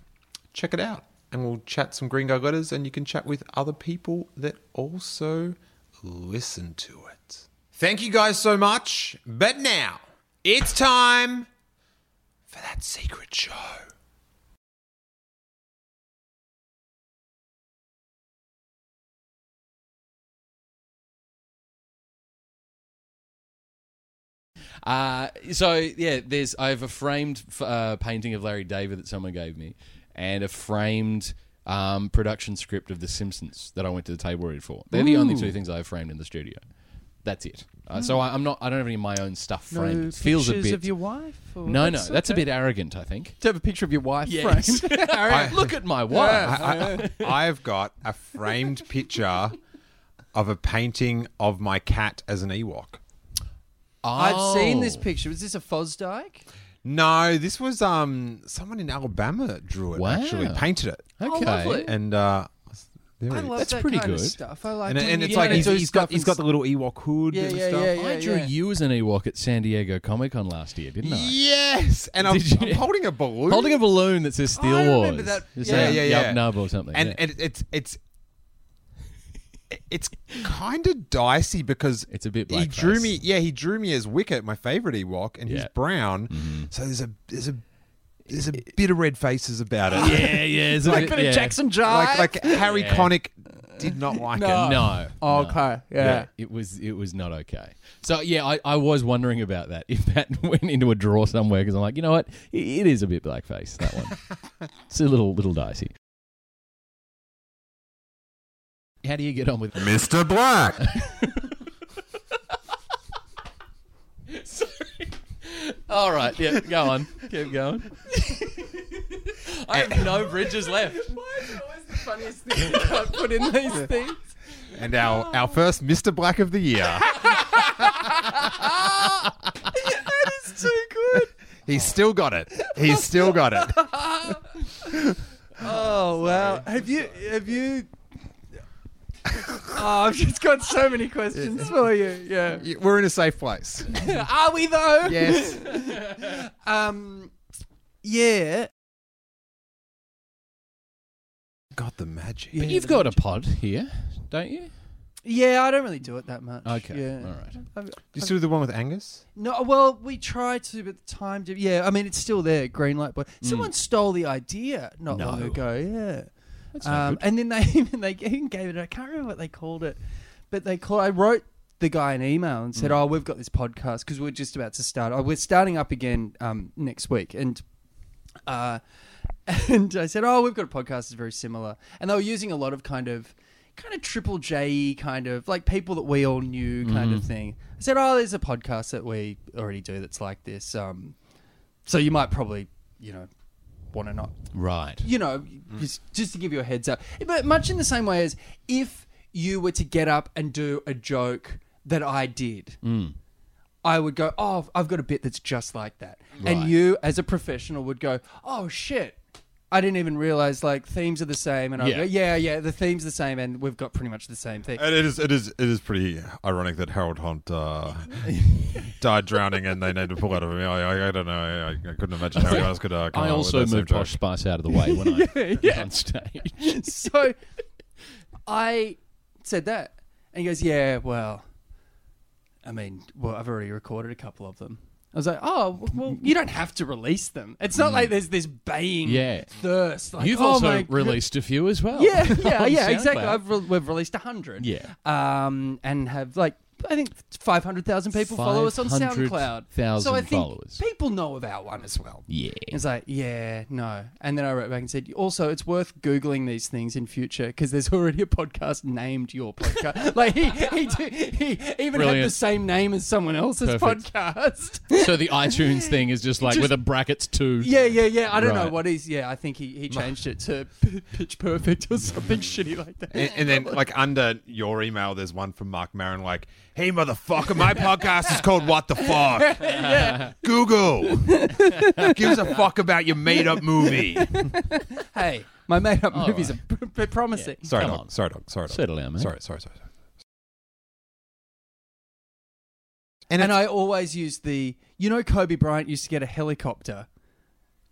check it out and we'll chat some Green Guide Letters, and you can chat with other people that also listen to it. Thank you guys so much. But now it's time for that secret show.
Uh, so yeah, there's I have a framed f- uh, painting of Larry David that someone gave me, and a framed um, production script of The Simpsons that I went to the table read for. They're the only two things I have framed in the studio. That's it. Uh, So I, I'm not. I don't have any of my own stuff framed. it feels a
Hmm. pictures
bit.
of your wife. Or
no, no, that's a bit arrogant. I think.
To have a picture of your wife
Yes.
framed.
I-
Look at my wife.
I, have got a framed picture of a painting of my cat as an Ewok.
Oh.
I've seen
Oh.
this picture. Was this a Fosdyke?
No, this was um someone in Alabama drew it
Wow.
actually painted it,
Okay.
oh, lovely.
and uh, there
I
it is.
love
That's
that
pretty
kind of
good.
stuff. I like
and,
when
and
you
it's
get
like
into
he's, he's got
stuff
he's
and
got the little Ewok hood
Yeah,
and
yeah,
stuff.
yeah,
I drew
yeah.
you as an Ewok at San Diego Comic Con last year, didn't I?
Yes, and I'm,
Did you-
I'm holding a balloon.
Holding a balloon that says Steel
I
Wars.
remember that.
Just
yeah,
saying,
yeah,
"Yup,
yeah.
nub or something.
and
yeah.
and it's it's it's kind of dicey because
It's a bit
He
blackface.
drew me, yeah, he drew me as Wicket, my favorite Ewok, and he's
Yeah.
brown. So there's a there's a there's a bit of red faces about it.
yeah, yeah. it's a
like
bit-
a bit
yeah.
of Jackson Jive.
Like like Harry
Yeah.
Connick did not like
No.
it.
No.
oh,
no.
okay, yeah.
Yeah.
It was it was not okay. So yeah, I, I was wondering about that if that went into a draw somewhere because I'm like, you know what, it, it is a bit blackface that one. it's a little little dicey. How do you get on with
Mr. Black.
Sorry. All right, yeah, go on, keep going. I have no bridges left.
the funniest thing I put in these things.
and our our first Mr. Black of the year.
That is too good.
He's still got it. He's still got it.
Oh wow! Have you have you? Oh, I've just got so many questions for you. Yeah.
Y- We're in a safe place.
Are we though?
Yes.
Um. Yeah.
Got the magic.
But you've got a pod here, don't you?
Yeah, I don't really do it that much.
Okay,
Yeah.
all right.
I've-
You still do the one with Angus?
No, well, we tried to, but the time. di- Yeah, I mean, it's still there. Green light boy. Someone stole the idea not long
No.
ago. Yeah.
That's not
Um,
good.
and then they even they even gave it. I can't remember what they called it, but they call. I wrote the guy an email and
Mm.
said, "Oh, we've got this podcast because we're just about to start. Oh, we're starting up again um, next week." And uh, and I said, "Oh, we've got a podcast that's very similar." And they were using a lot of kind of kind of triple J kind of like people that we all knew kind
Mm.
of thing. I said, "Oh, there's a podcast that we already do that's like this." Um, so you might probably you know want to not
Right.
you know, just, just to give you a heads up. But much in the same way as if you were to get up and do a joke that I did, I would go, oh, I've got a bit that's just like that.
Right.
And you, as a professional, would go, oh, shit. I didn't even realize like themes are the same, and I
Yeah.
go, yeah, yeah, the theme's the same, and we've got pretty much the same thing.
And it is it is it is pretty ironic that Harold Hunt uh, died drowning and they need to pull out of him. I, I, I don't know. I, I couldn't imagine how else could. Uh, come
I
up with
also
that same
moved Posh
joke.
Spice out of the way when I
yeah.
on stage.
so I said that, and he goes, "Yeah, well, I mean, well, I've already recorded a couple of them." I was like, "Oh, well, you don't have to release them. It's not like there's this baying
Mm. Yeah.
thirst." Like,
You've
"Oh my
also
God."
released a few as well.
yeah, yeah,
on
yeah, exactly.
SoundCloud.
I've re- we've released a hundred,
Yeah.
um, and have like I think five hundred thousand people follow us on SoundCloud.
500,000
so I think
followers.
people know of our one as well.
Yeah.
It's like, yeah, no. And then I wrote back and said, also, it's worth Googling these things in future because there's already a podcast named Your Podcast. like, he, he, did, he even had the
Brilliant.
same name as someone else's
Perfect.
podcast.
So the iTunes thing is just like
Just-
with a brackets two.
yeah, yeah, yeah. I don't know
Right.
what he's, yeah, I think he, he changed it to P- Pitch Perfect or something shitty like that.
And, and then, like under your email, there's one from Mark Maron, like, "Hey, motherfucker, my podcast is called What the Fuck." Google gives a fuck about your made-up movie.
hey, my made up
All
movies
right.
are p- p- promising.
Sorry,
Come
dog.
on.
Sorry, dog. Sorry, dog.
Settle down, man.
Sorry, sorry, sorry, sorry.
And, I always use the, you know, Kobe Bryant used to get a helicopter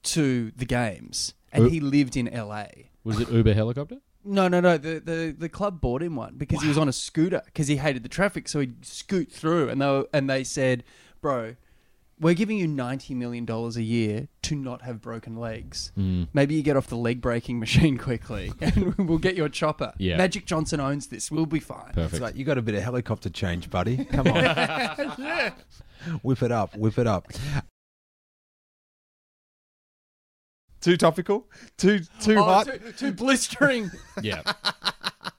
to the games and
Who-
he lived in LA.
Was it Uber helicopter?
No, no, no. The the, the club bought him one because he was on a scooter because he hated the traffic, so he'd scoot through. And they were, and they said, "Bro, we're giving you ninety million dollars a year to not have broken legs. Maybe you get off the leg breaking machine quickly, and we'll get you a chopper.
Yeah.
Magic Johnson owns this. We'll be fine."
It's
Perfect.
like you got a bit of helicopter change, buddy. Come on, whip it up, whip it up. Too topical, too too
Oh,
hot.
too, too Oh, blistering.
yeah.